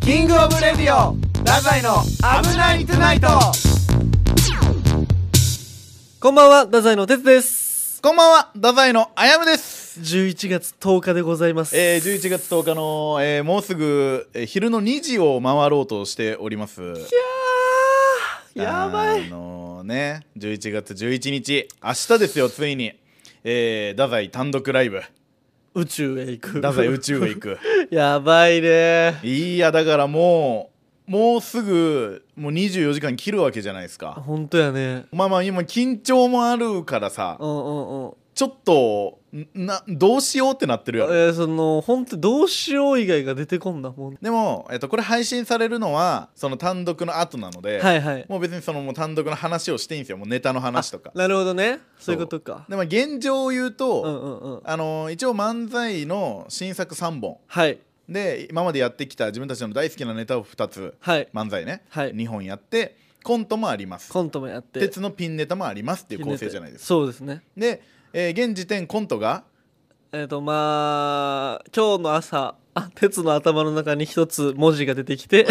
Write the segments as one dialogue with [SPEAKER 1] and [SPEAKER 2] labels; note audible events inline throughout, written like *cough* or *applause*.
[SPEAKER 1] キングオブレディオラザイの危ないトゥナイト
[SPEAKER 2] こんばんは、太宰の哲です。
[SPEAKER 1] こんばんはダザイのあやむです
[SPEAKER 2] 11月10日でございます。
[SPEAKER 1] えー、11月10日の、えーもうすぐ、えー昼の2時を回ろうとしております
[SPEAKER 2] いやー、やば
[SPEAKER 1] あ
[SPEAKER 2] い。
[SPEAKER 1] のね11月11日明日ですよついにえー、太宰単独ライブ
[SPEAKER 2] 宇宙へ行く。 *laughs*
[SPEAKER 1] 太宰宇宙へ行 *laughs* く
[SPEAKER 2] やばいね。
[SPEAKER 1] いやだからもうもうすぐもう24時間切るわけじゃないですか
[SPEAKER 2] ほんとやね。
[SPEAKER 1] まあまあ今緊張もあるからさ
[SPEAKER 2] うんうんうん。
[SPEAKER 1] ちょっとなどうしようってなってる
[SPEAKER 2] え
[SPEAKER 1] やろ
[SPEAKER 2] ー、その、ほんとどうしよう以外が出てこんなもん。
[SPEAKER 1] でも、えっと、これ配信されるのはその単独の後なので、
[SPEAKER 2] はいはい。
[SPEAKER 1] もう別にそのもう単独の話をしていいんですよもうネタの話とか
[SPEAKER 2] なるほどね。そういうことか。
[SPEAKER 1] でまあ現状を言うと、
[SPEAKER 2] うんうんうん。
[SPEAKER 1] あの一応漫才の新作3本
[SPEAKER 2] はい。
[SPEAKER 1] で今までやってきた自分たちの大好きなネタを2つ
[SPEAKER 2] はい。
[SPEAKER 1] 漫才ね、
[SPEAKER 2] はい
[SPEAKER 1] 2本やってコントもあります
[SPEAKER 2] コントもやって。
[SPEAKER 1] 鉄のピンネタもありますっていう構成じゃないですか
[SPEAKER 2] そうですね。
[SPEAKER 1] で、えー現時点コントが
[SPEAKER 2] えっ、と、まあ、今日の朝、あ、鉄の頭の中に一つ文字が出てき
[SPEAKER 1] *laughs*
[SPEAKER 2] て、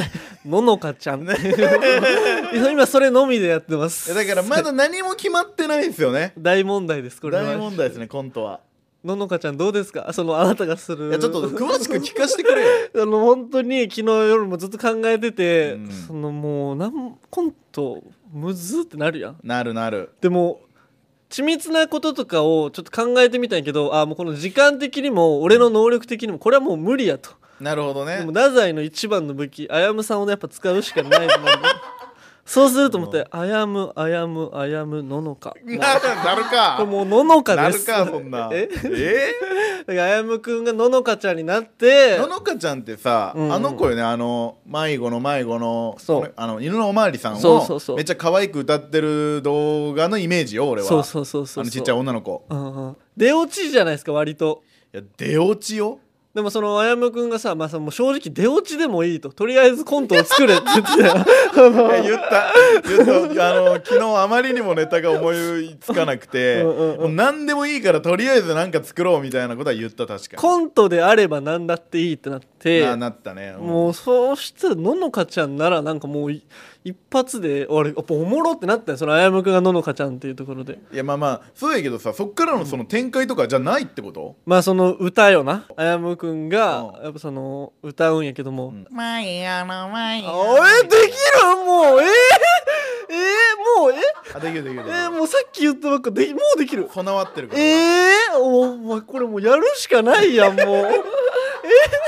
[SPEAKER 2] ののかちゃんっていう。 *laughs* 今それのみでやってま
[SPEAKER 1] いや
[SPEAKER 2] す。
[SPEAKER 1] だからまだ何も決まってないですよね
[SPEAKER 2] 大問題です、 *laughs* これは。
[SPEAKER 1] 大問題ですねコントは
[SPEAKER 2] ののかちゃんどうですかそのあなたがする
[SPEAKER 1] いやちょっと詳しく聞かせてくれよ
[SPEAKER 2] あの本当に昨日夜もずっと考えてて、
[SPEAKER 1] うん
[SPEAKER 2] そのもうなんコントむずってなるやん
[SPEAKER 1] なるなる
[SPEAKER 2] でも緻密なこととかをちょっと考えてみたんやけどあもうこの時間的にも俺の能力的にもこれはもう無理やと
[SPEAKER 1] なるほど
[SPEAKER 2] で
[SPEAKER 1] ね
[SPEAKER 2] も太宰の一番の武器あやむさんをやっぱ使うしかないと思うそうすると思って「あやむあやむあやむののか」
[SPEAKER 1] なる *laughs* なる
[SPEAKER 2] これ
[SPEAKER 1] か
[SPEAKER 2] もうののか
[SPEAKER 1] な
[SPEAKER 2] で
[SPEAKER 1] る
[SPEAKER 2] す
[SPEAKER 1] かそんな
[SPEAKER 2] え
[SPEAKER 1] え
[SPEAKER 2] だからあやむくんがののかちゃんになって
[SPEAKER 1] ののかちゃんってさ、
[SPEAKER 2] うんうん
[SPEAKER 1] あの子よねあの迷子の迷子の
[SPEAKER 2] そう
[SPEAKER 1] これあの犬のおまわりさんを
[SPEAKER 2] そうそうそう
[SPEAKER 1] めっちゃ可愛く歌ってる動画のイメージよ俺は
[SPEAKER 2] そうそうそうそうそう
[SPEAKER 1] あのちっちゃい女の子
[SPEAKER 2] うんうん出落ちじゃないですか割と
[SPEAKER 1] いや出落ちよ
[SPEAKER 2] でもそのあやむくんがさ,、まあ、さもう正直出落ちでもいいととりあえずコントを作れって言ってたよあ
[SPEAKER 1] い
[SPEAKER 2] の
[SPEAKER 1] や言った言ったあの昨日あまりにもネタが思いつかなく
[SPEAKER 2] *laughs*
[SPEAKER 1] て
[SPEAKER 2] うんうんうん
[SPEAKER 1] もう何でもいいからとりあえずなんか作ろうみたいなことは言った確かに
[SPEAKER 2] コントであれば何だっていいってなって
[SPEAKER 1] ななったね、うん
[SPEAKER 2] もうそうしたらののかちゃんならなんかもうい一発で俺やっぱおもろってなったよそのあやむくんがののかちゃんっていうところで
[SPEAKER 1] いやまあまあそうやけどさそっからのその展開とかじゃないってこと、
[SPEAKER 2] まあその歌よなあやむくんが
[SPEAKER 1] うん
[SPEAKER 2] やっぱその歌うんやけども、
[SPEAKER 1] マイヤのマイ
[SPEAKER 2] あえできるもうえー、えー、もうえ
[SPEAKER 1] あできるできるで
[SPEAKER 2] え
[SPEAKER 1] きる
[SPEAKER 2] ー、もうさっき言ったばっかでもうできる
[SPEAKER 1] こだわってるから
[SPEAKER 2] えー、お前これもうやるしかないやんもう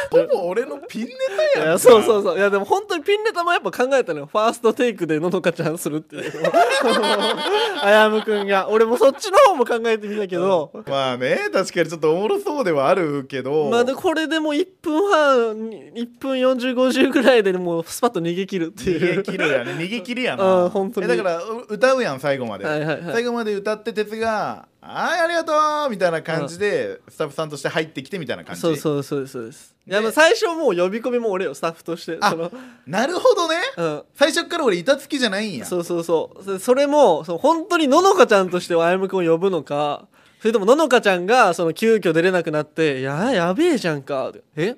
[SPEAKER 1] ほぼ俺のピンネ
[SPEAKER 2] い
[SPEAKER 1] タやん
[SPEAKER 2] やそうそう
[SPEAKER 1] う
[SPEAKER 2] そういやでも本当にピンネタもやっぱ考えたのよファーストテイクでののかちゃんするっていう *laughs* あやむくんが俺もそっちの方も考えてみたけど、
[SPEAKER 1] まあね確かにちょっとおもろそうではあるけど
[SPEAKER 2] まあでこれでもう1分半1分4050ぐらいでもうスパッと逃げ切るって
[SPEAKER 1] 逃
[SPEAKER 2] い
[SPEAKER 1] げ
[SPEAKER 2] う
[SPEAKER 1] 切
[SPEAKER 2] *laughs*
[SPEAKER 1] るやね逃げ切りやな
[SPEAKER 2] うん本当に
[SPEAKER 1] えだからう歌うやん最後まで、
[SPEAKER 2] はいはいはい
[SPEAKER 1] 最後まで歌って鉄が「はいありがとう」みたいな感じで、スタッフさんとして入ってきてみたいな感じ
[SPEAKER 2] そうそうそうですそうですいや
[SPEAKER 1] で
[SPEAKER 2] まあ最初もう呼び込みも俺よスタッフとして
[SPEAKER 1] あ
[SPEAKER 2] その
[SPEAKER 1] なるほどね
[SPEAKER 2] うん
[SPEAKER 1] 最初っから俺板付きじゃないんや
[SPEAKER 2] そうそうそうそそれもその本当にののかちゃんとしてあやむくんを呼ぶのかそれともののかちゃんがその急遽出れなくなって「いややべえじゃんか」え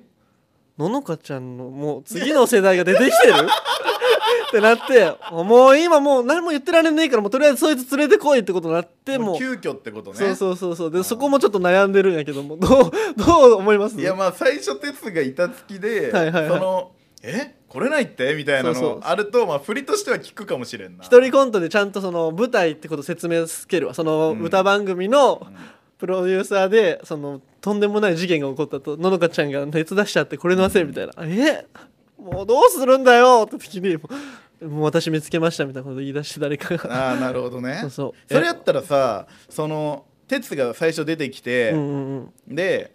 [SPEAKER 2] ののかちゃんのもう次の世代が出てきて
[SPEAKER 1] *laughs*
[SPEAKER 2] るってなってもう今もう何も言ってられねえからもうとりあえずそいつ連れてこいってことになってもう
[SPEAKER 1] 急遽ってことね
[SPEAKER 2] そうそうそうそうでそこもちょっと悩んでるんやけどもどうどう思います
[SPEAKER 1] いやまあ最初鉄が板付きで、
[SPEAKER 2] はいはいはい
[SPEAKER 1] その「え来れないって?」みたいな
[SPEAKER 2] そうそう
[SPEAKER 1] のあるとまあ振りとしては聞くかもしれんな
[SPEAKER 2] 一人コントでちゃんとその舞台ってこと説明つけるわその歌番組のプロデューサーでそのとんでもない事件が起こったとののかちゃんが熱出しちゃってこれのせいみたいな「えもうどうするんだよ!」って時にもう「もう私見つけました」みたいなこと言い出して誰かが
[SPEAKER 1] ああなるほどね
[SPEAKER 2] そうそう
[SPEAKER 1] それやったらさその鉄が最初出てきて、
[SPEAKER 2] うんうんうん
[SPEAKER 1] で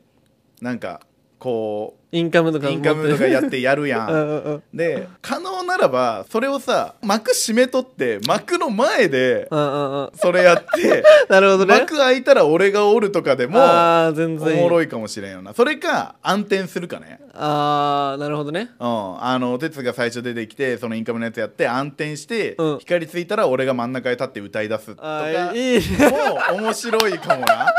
[SPEAKER 1] なんかこ
[SPEAKER 2] インカムと
[SPEAKER 1] う
[SPEAKER 2] か
[SPEAKER 1] インカムとかやっててやるや
[SPEAKER 2] *laughs* うん
[SPEAKER 1] ん
[SPEAKER 2] うんうん
[SPEAKER 1] で可能ならばそれをさ幕閉めとって幕の前で
[SPEAKER 2] うんうんうん
[SPEAKER 1] それ
[SPEAKER 2] *laughs*
[SPEAKER 1] やって、
[SPEAKER 2] なるほどね
[SPEAKER 1] 幕開いたら俺がおるとかでも
[SPEAKER 2] ああ全
[SPEAKER 1] お
[SPEAKER 2] 然
[SPEAKER 1] もろ
[SPEAKER 2] い
[SPEAKER 1] いかもしれんよなそれか暗転するかね
[SPEAKER 2] ああなるほどね
[SPEAKER 1] うん、あの哲が最初出てきてそのインカムのやつやって暗転して、
[SPEAKER 2] うん
[SPEAKER 1] 光ついたら俺が真ん中へ立って歌い出すと
[SPEAKER 2] あ
[SPEAKER 1] か
[SPEAKER 2] ーいいね
[SPEAKER 1] もう面白いかもな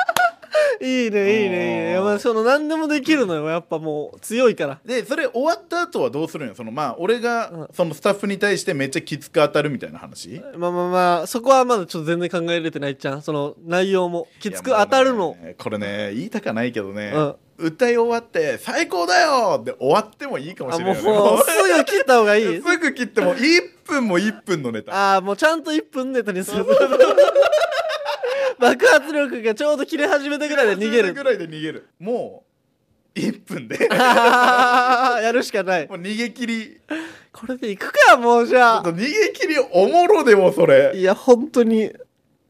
[SPEAKER 2] いいねいいねいいねいやまあその何でもできるのよやっぱもう強いから
[SPEAKER 1] でそれ終わった後はどうするんやそのまあ俺がそのスタッフに対してめっちゃきつく当たるみたいな話
[SPEAKER 2] まあまあまあそこはまだちょっと全然考えれてないじゃんその内容もきつく当たるの
[SPEAKER 1] いやもうねこれね言いたかないけどね、
[SPEAKER 2] うん
[SPEAKER 1] 歌い終わって「最高だよ!」で終わってもいいかも
[SPEAKER 2] あ
[SPEAKER 1] しれ
[SPEAKER 2] も
[SPEAKER 1] な
[SPEAKER 2] う
[SPEAKER 1] い、ね、
[SPEAKER 2] すぐ切った方がいい
[SPEAKER 1] すぐ切っても1分も1分のネタ
[SPEAKER 2] ああもうちゃんと1分ネタにする *laughs* 爆発力がちょうど切れ始めたぐらいで逃げ
[SPEAKER 1] ぐ
[SPEAKER 2] る *laughs*
[SPEAKER 1] らいで逃げるもう1分で
[SPEAKER 2] やるしかない
[SPEAKER 1] *laughs* もう逃げ切りち
[SPEAKER 2] これでいくかもうじ
[SPEAKER 1] ょ
[SPEAKER 2] ゃ
[SPEAKER 1] っ
[SPEAKER 2] あ
[SPEAKER 1] と逃げ切りおもろでもそれ
[SPEAKER 2] いや本当に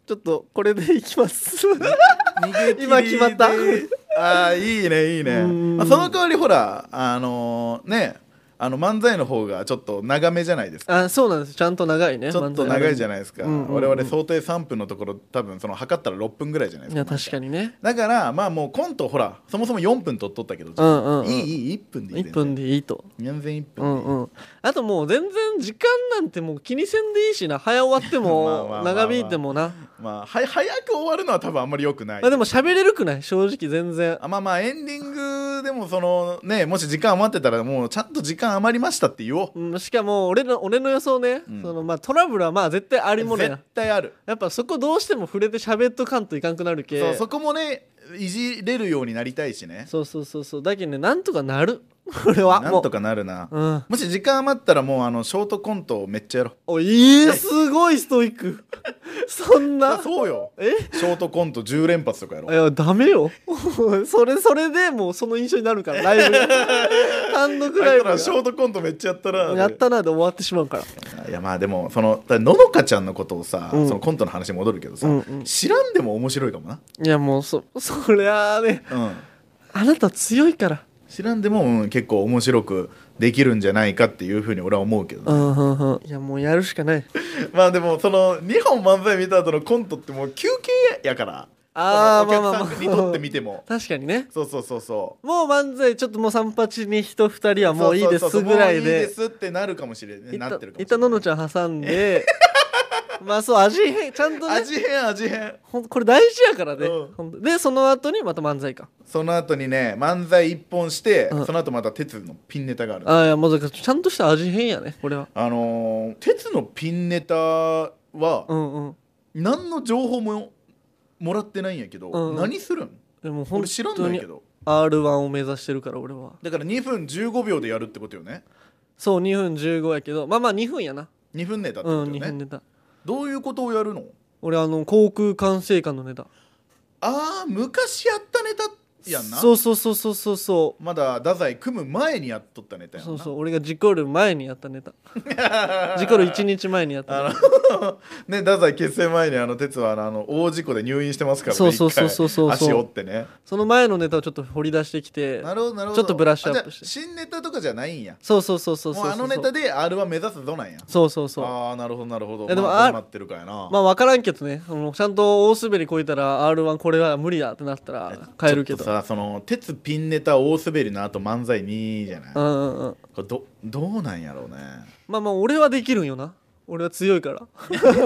[SPEAKER 2] ちょっとこれでいきます
[SPEAKER 1] 逃げ切りで
[SPEAKER 2] 今決まった
[SPEAKER 1] *laughs* ああいいねいいね、
[SPEAKER 2] うん
[SPEAKER 1] まあ、その代わりほらあのーねあの漫才の方がちょっと長めじゃないです
[SPEAKER 2] *laughs*
[SPEAKER 1] か
[SPEAKER 2] あそうなんですちゃんと長いね
[SPEAKER 1] ちょっと長いじゃ
[SPEAKER 2] ない
[SPEAKER 1] ないですか、
[SPEAKER 2] うんうんうん
[SPEAKER 1] 我々想定3分のところ多分その測ったら6分ぐらいじゃないで
[SPEAKER 2] い
[SPEAKER 1] すか
[SPEAKER 2] や確かにね
[SPEAKER 1] だからまあもうコントほらそもそも4分取っとったけど、
[SPEAKER 2] うんうんうん
[SPEAKER 1] いいいい1分でいい
[SPEAKER 2] 1分でいいと
[SPEAKER 1] 全然1
[SPEAKER 2] う
[SPEAKER 1] 分
[SPEAKER 2] ん
[SPEAKER 1] でいい
[SPEAKER 2] うんあともう全然時間なんてもう気にせんでいいしな早終わって
[SPEAKER 1] *laughs* まあまあま
[SPEAKER 2] も
[SPEAKER 1] あまあ
[SPEAKER 2] 長引いてもな
[SPEAKER 1] まあは早く終わるのは多分あんまり良くない、
[SPEAKER 2] まあでも喋れるくない正直全然
[SPEAKER 1] あまあまあエンディングでもそのねもし時間余ってたらもうちゃんと時間余りましたって言おう
[SPEAKER 2] うんしかも俺の俺の予想ね、
[SPEAKER 1] うん
[SPEAKER 2] そのまあ、トラブルはまあ絶対ありもね
[SPEAKER 1] 絶
[SPEAKER 2] や
[SPEAKER 1] 対ある、
[SPEAKER 2] やっぱそこどうしても触れて喋っとかんといかんくなるけ
[SPEAKER 1] そうそこもねいじれるようになりたいしね
[SPEAKER 2] そうそうそうそうだけどねなんとかなる *laughs* 俺は
[SPEAKER 1] なんと
[SPEAKER 2] か
[SPEAKER 1] かなるな、
[SPEAKER 2] うん
[SPEAKER 1] もし時間余ったらもうあのショートコントをめっちゃやろう
[SPEAKER 2] おいえすごいストイックそんな
[SPEAKER 1] そうよ
[SPEAKER 2] え
[SPEAKER 1] ショートコント10連発とかやろ
[SPEAKER 2] *laughs* いうやダメよそれそれでもうその印象になる
[SPEAKER 1] *laughs*
[SPEAKER 2] からライブが単独ラ
[SPEAKER 1] だ
[SPEAKER 2] イ
[SPEAKER 1] か
[SPEAKER 2] ブが
[SPEAKER 1] らショートコントめっちゃやったら
[SPEAKER 2] やったなで終わってしまうから
[SPEAKER 1] いやまあでもそのだののかちゃんのことをさ、
[SPEAKER 2] うん
[SPEAKER 1] そのコントの話に戻るけどさ、
[SPEAKER 2] うんうん
[SPEAKER 1] 知らんでも面白いかもな、
[SPEAKER 2] いやもうそそりゃあね
[SPEAKER 1] うん、
[SPEAKER 2] あなた強いから
[SPEAKER 1] 知らんでも、うん結構面白くできるんじゃないかっていうふうに俺は思うけど、
[SPEAKER 2] うんうんうんいやもうやるしかない
[SPEAKER 1] まあでもその2本漫才見た後のコントってもう休憩やから
[SPEAKER 2] あー
[SPEAKER 1] その
[SPEAKER 2] まあまあまあ
[SPEAKER 1] お客さんにとってみても
[SPEAKER 2] 確かにね
[SPEAKER 1] そうそうそうそ
[SPEAKER 2] もう漫才ちょっともう三八に人二人は
[SPEAKER 1] う
[SPEAKER 2] もういいで
[SPEAKER 1] そそ
[SPEAKER 2] す
[SPEAKER 1] そ
[SPEAKER 2] ぐらい
[SPEAKER 1] もういい
[SPEAKER 2] で
[SPEAKER 1] ですってなるかもしれないなってるかもしれない
[SPEAKER 2] いたののちゃん挟んでまあそう味変ちゃんとね
[SPEAKER 1] 味変味変
[SPEAKER 2] ほんこれ大事やからね、
[SPEAKER 1] うん
[SPEAKER 2] ほんとでその後にまた漫才か
[SPEAKER 1] その後にね漫才一本して、
[SPEAKER 2] うん
[SPEAKER 1] その後また鉄のピンネタがある
[SPEAKER 2] ああいやまさかちゃんとした味変やねこれは
[SPEAKER 1] あのー、鉄のピンネタは
[SPEAKER 2] うんうん
[SPEAKER 1] 何の情報ももらってないんやけど、
[SPEAKER 2] うんうん
[SPEAKER 1] 何するん
[SPEAKER 2] でも本
[SPEAKER 1] 俺知らん
[SPEAKER 2] 当
[SPEAKER 1] ない
[SPEAKER 2] に
[SPEAKER 1] けど
[SPEAKER 2] r 1を目指してるから俺は
[SPEAKER 1] だから2分15秒でやるってことよね
[SPEAKER 2] そう2分15やけどまあまあ2分やな
[SPEAKER 1] 2分ネタって
[SPEAKER 2] う
[SPEAKER 1] こ
[SPEAKER 2] ん
[SPEAKER 1] と
[SPEAKER 2] 2
[SPEAKER 1] よね、
[SPEAKER 2] 分ネタ
[SPEAKER 1] どういうことをやるの
[SPEAKER 2] 俺あの航空管制官のネタ
[SPEAKER 1] あー昔やったネタやんな
[SPEAKER 2] そうそうそうそうそうそう
[SPEAKER 1] まだ太宰組む前にやっとったネタやん
[SPEAKER 2] そ
[SPEAKER 1] な
[SPEAKER 2] うそう俺が事故る前にやった
[SPEAKER 1] *laughs*
[SPEAKER 2] ネタ事故る1日前にやったネ
[SPEAKER 1] あのね太宰結成前にあの鉄はあのあの大事故で入院してますからね
[SPEAKER 2] そうそうそう
[SPEAKER 1] 一回
[SPEAKER 2] そうそうそう
[SPEAKER 1] 足折ってね
[SPEAKER 2] タその前のネタをちょっと掘り出してきて
[SPEAKER 1] なるほどなるほど
[SPEAKER 2] ちょっとブラッシュアップして
[SPEAKER 1] あじゃあ新ネタとかじゃないんや
[SPEAKER 2] そうそうそうそうそう
[SPEAKER 1] もうあのネタで R は目指すぞなんや
[SPEAKER 2] そうそうそう
[SPEAKER 1] ああなるほどなるほど
[SPEAKER 2] いやでも
[SPEAKER 1] まあ、
[SPEAKER 2] あ
[SPEAKER 1] どうなってるかやな、
[SPEAKER 2] まあ分からんけどねあのちゃんと大滑りこいたら r 1これは無理やってなったら変えるけ
[SPEAKER 1] ちょ
[SPEAKER 2] ど
[SPEAKER 1] っとさその鉄ピンネタ大滑りの後漫才2じゃない、
[SPEAKER 2] う
[SPEAKER 1] こ
[SPEAKER 2] んうんうん
[SPEAKER 1] れどどうなんやろうね
[SPEAKER 2] まあまあ俺はできるんよな俺は強いから
[SPEAKER 1] い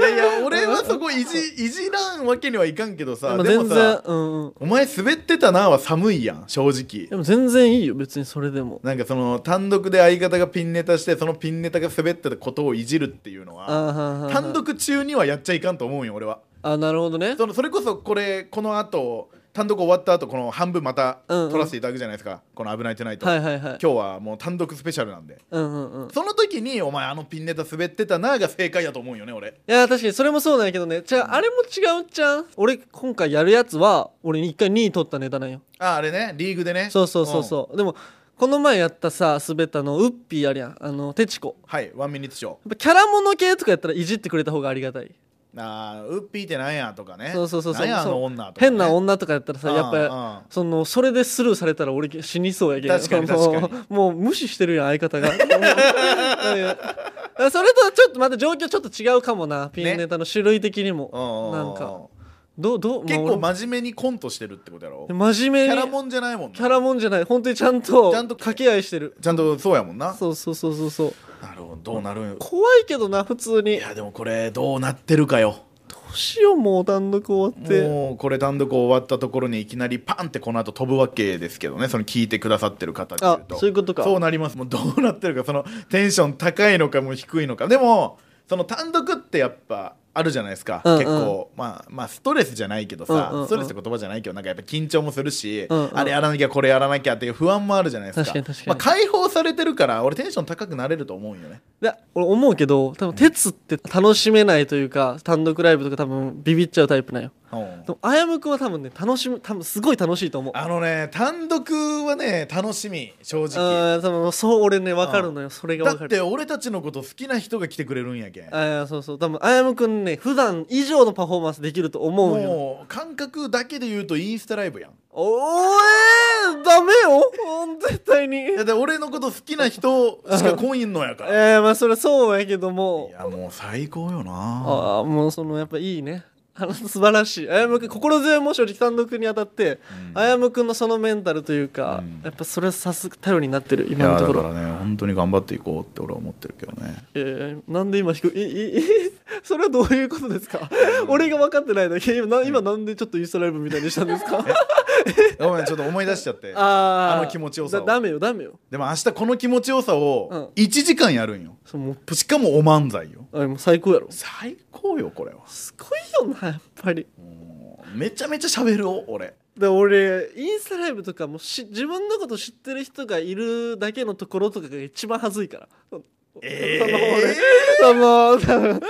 [SPEAKER 1] やいや俺はそこいじ
[SPEAKER 2] *laughs*
[SPEAKER 1] いじらんわけにはいかんけどさ
[SPEAKER 2] でも
[SPEAKER 1] でも
[SPEAKER 2] 全然
[SPEAKER 1] さ
[SPEAKER 2] うんうん
[SPEAKER 1] お前滑ってたなは寒いやん正直
[SPEAKER 2] でも全然いいよ別にそれでも
[SPEAKER 1] なんかその単独で相方がピンネタしてそのピンネタが滑ってたことをいじるっていうのは
[SPEAKER 2] あーはんはんはん
[SPEAKER 1] 単独中にはやっちゃいかんと思うんよ俺は
[SPEAKER 2] あなるほどね
[SPEAKER 1] そのそれこそこれこの後単独終わった後この半分また
[SPEAKER 2] うんうん
[SPEAKER 1] 撮らせていただくじゃないですか、この「危ないトゥナイト」
[SPEAKER 2] はいはいはい
[SPEAKER 1] 今日はもう単独スペシャルなんで
[SPEAKER 2] うんうんうん
[SPEAKER 1] その時に「お前あのピンネタ滑ってたな」が正解やと思うよね俺
[SPEAKER 2] いや確かにそれもそうなんやけどねじゃああれも違うじゃん俺今回やるやつは俺一回2位取ったネタなんよ
[SPEAKER 1] ああれねリーグでね
[SPEAKER 2] そうそうそう
[SPEAKER 1] うん
[SPEAKER 2] そう、でもこの前やったさ滑ったのウッピーあるやんあのテチコ
[SPEAKER 1] はいワンミニッツショー
[SPEAKER 2] やっぱキャラもの系とかやったらいじってくれた方がありがたい
[SPEAKER 1] あーウッピーってなんやとかね
[SPEAKER 2] そうそうそうそう
[SPEAKER 1] なんやあ
[SPEAKER 2] そう
[SPEAKER 1] の女とか、ね、
[SPEAKER 2] 変な女とかやったらさ
[SPEAKER 1] うん
[SPEAKER 2] やっぱ
[SPEAKER 1] う
[SPEAKER 2] そのそれでスルーされたら俺死にそうやけん
[SPEAKER 1] 確かに確かに
[SPEAKER 2] もうもう無視してるやん相方が *laughs* もうだからそれとちょっとまた状況ちょっと違うかもなピンネタの種類的にも、
[SPEAKER 1] な
[SPEAKER 2] なんん
[SPEAKER 1] か
[SPEAKER 2] かどうどう
[SPEAKER 1] 結
[SPEAKER 2] もう
[SPEAKER 1] 構真面目にコントしてるってことやろ
[SPEAKER 2] 真
[SPEAKER 1] キ
[SPEAKER 2] 面
[SPEAKER 1] ャ
[SPEAKER 2] 目に
[SPEAKER 1] ラもんじゃないもんな
[SPEAKER 2] キャラもんじゃない本当にちゃんと
[SPEAKER 1] ちゃんと
[SPEAKER 2] 掛け合いしてる
[SPEAKER 1] ちゃんとそうやもんな
[SPEAKER 2] そうそうそうそうそう
[SPEAKER 1] なるほどどうなるん
[SPEAKER 2] 怖いけどな普通
[SPEAKER 1] い
[SPEAKER 2] に
[SPEAKER 1] やでもこれどうなってるかよ
[SPEAKER 2] どううしようもう単独終わって
[SPEAKER 1] もうこれ単独終わったところにいきなりパンってこの後飛ぶわけですけどねその聞いてくださってる方でいうと
[SPEAKER 2] あそういうことか
[SPEAKER 1] そうなりますもうどうなってるかそのテンション高いのかもう低いのかでもその単独ってやっぱあるじゃないですか、
[SPEAKER 2] うんうん
[SPEAKER 1] 結構まあまあストレスじゃないけどさ、
[SPEAKER 2] うんうんうん
[SPEAKER 1] ストレスって言葉じゃないけどなんかやっぱ緊張もするし、
[SPEAKER 2] うんうん
[SPEAKER 1] あれやらなきゃこれやらなきゃっていう不安もあるじゃないですか
[SPEAKER 2] 確かに確かに
[SPEAKER 1] まあ、解放されてるから俺テンション高くなれると思うんよね
[SPEAKER 2] いや俺思うけど多分鉄って楽しめないというか単独ライブとか多分ビビっちゃうタイプなんよ
[SPEAKER 1] うん
[SPEAKER 2] でもあやむくんは多分ね楽しむ多分すごい楽しいと思う
[SPEAKER 1] あのね単独はね楽しみ正直
[SPEAKER 2] うん多分そう俺ね分かるのよそれが
[SPEAKER 1] だ
[SPEAKER 2] 分か
[SPEAKER 1] っ
[SPEAKER 2] る
[SPEAKER 1] て俺たちのこと好きな人が来てくれるんやけん
[SPEAKER 2] ああそうそう多分あやむくんね普段以上のパフォーマンスできると思うんよ
[SPEAKER 1] もう感覚だけで言うとインスタライブやん
[SPEAKER 2] おおえー、ダメようん絶対に
[SPEAKER 1] いやで俺のこと好きな人しか来いんのやから
[SPEAKER 2] えー、まあそれはそうやけども
[SPEAKER 1] いやもう最高よな
[SPEAKER 2] ああもうそのやっぱいいねあの素晴らしいあやむくん心強いも正直単独にあたって、
[SPEAKER 1] うん
[SPEAKER 2] あやむくんのそのメンタルというか、
[SPEAKER 1] うん
[SPEAKER 2] やっぱそれはさすが頼りになってる
[SPEAKER 1] い
[SPEAKER 2] 今
[SPEAKER 1] や
[SPEAKER 2] のとこ
[SPEAKER 1] だか
[SPEAKER 2] ろ
[SPEAKER 1] らね本当に頑張っていこうって俺は思ってるけどね
[SPEAKER 2] いやいやなんで今低いいいい *laughs* それはどういうことですか俺が分かってないだけ今な今なんでちょっとインスタライブみたいにしたんです
[SPEAKER 1] *laughs*
[SPEAKER 2] か
[SPEAKER 1] ごめんちょっと思い出しちゃって
[SPEAKER 2] あー
[SPEAKER 1] あの気持ちよさを
[SPEAKER 2] だダメよダメよ
[SPEAKER 1] でも明日この気持ちよさを
[SPEAKER 2] う
[SPEAKER 1] 1時間やるんよ
[SPEAKER 2] そうもう
[SPEAKER 1] しかもお漫才よ
[SPEAKER 2] あもう最高やろ
[SPEAKER 1] 最高よこれは
[SPEAKER 2] すごいよなやっぱり
[SPEAKER 1] もうめちゃめちゃ喋るお俺
[SPEAKER 2] で俺インスタライブとかもし自分のこと知ってる人がいるだけのところとかが一番恥ずいから。
[SPEAKER 1] え
[SPEAKER 2] その俺その多分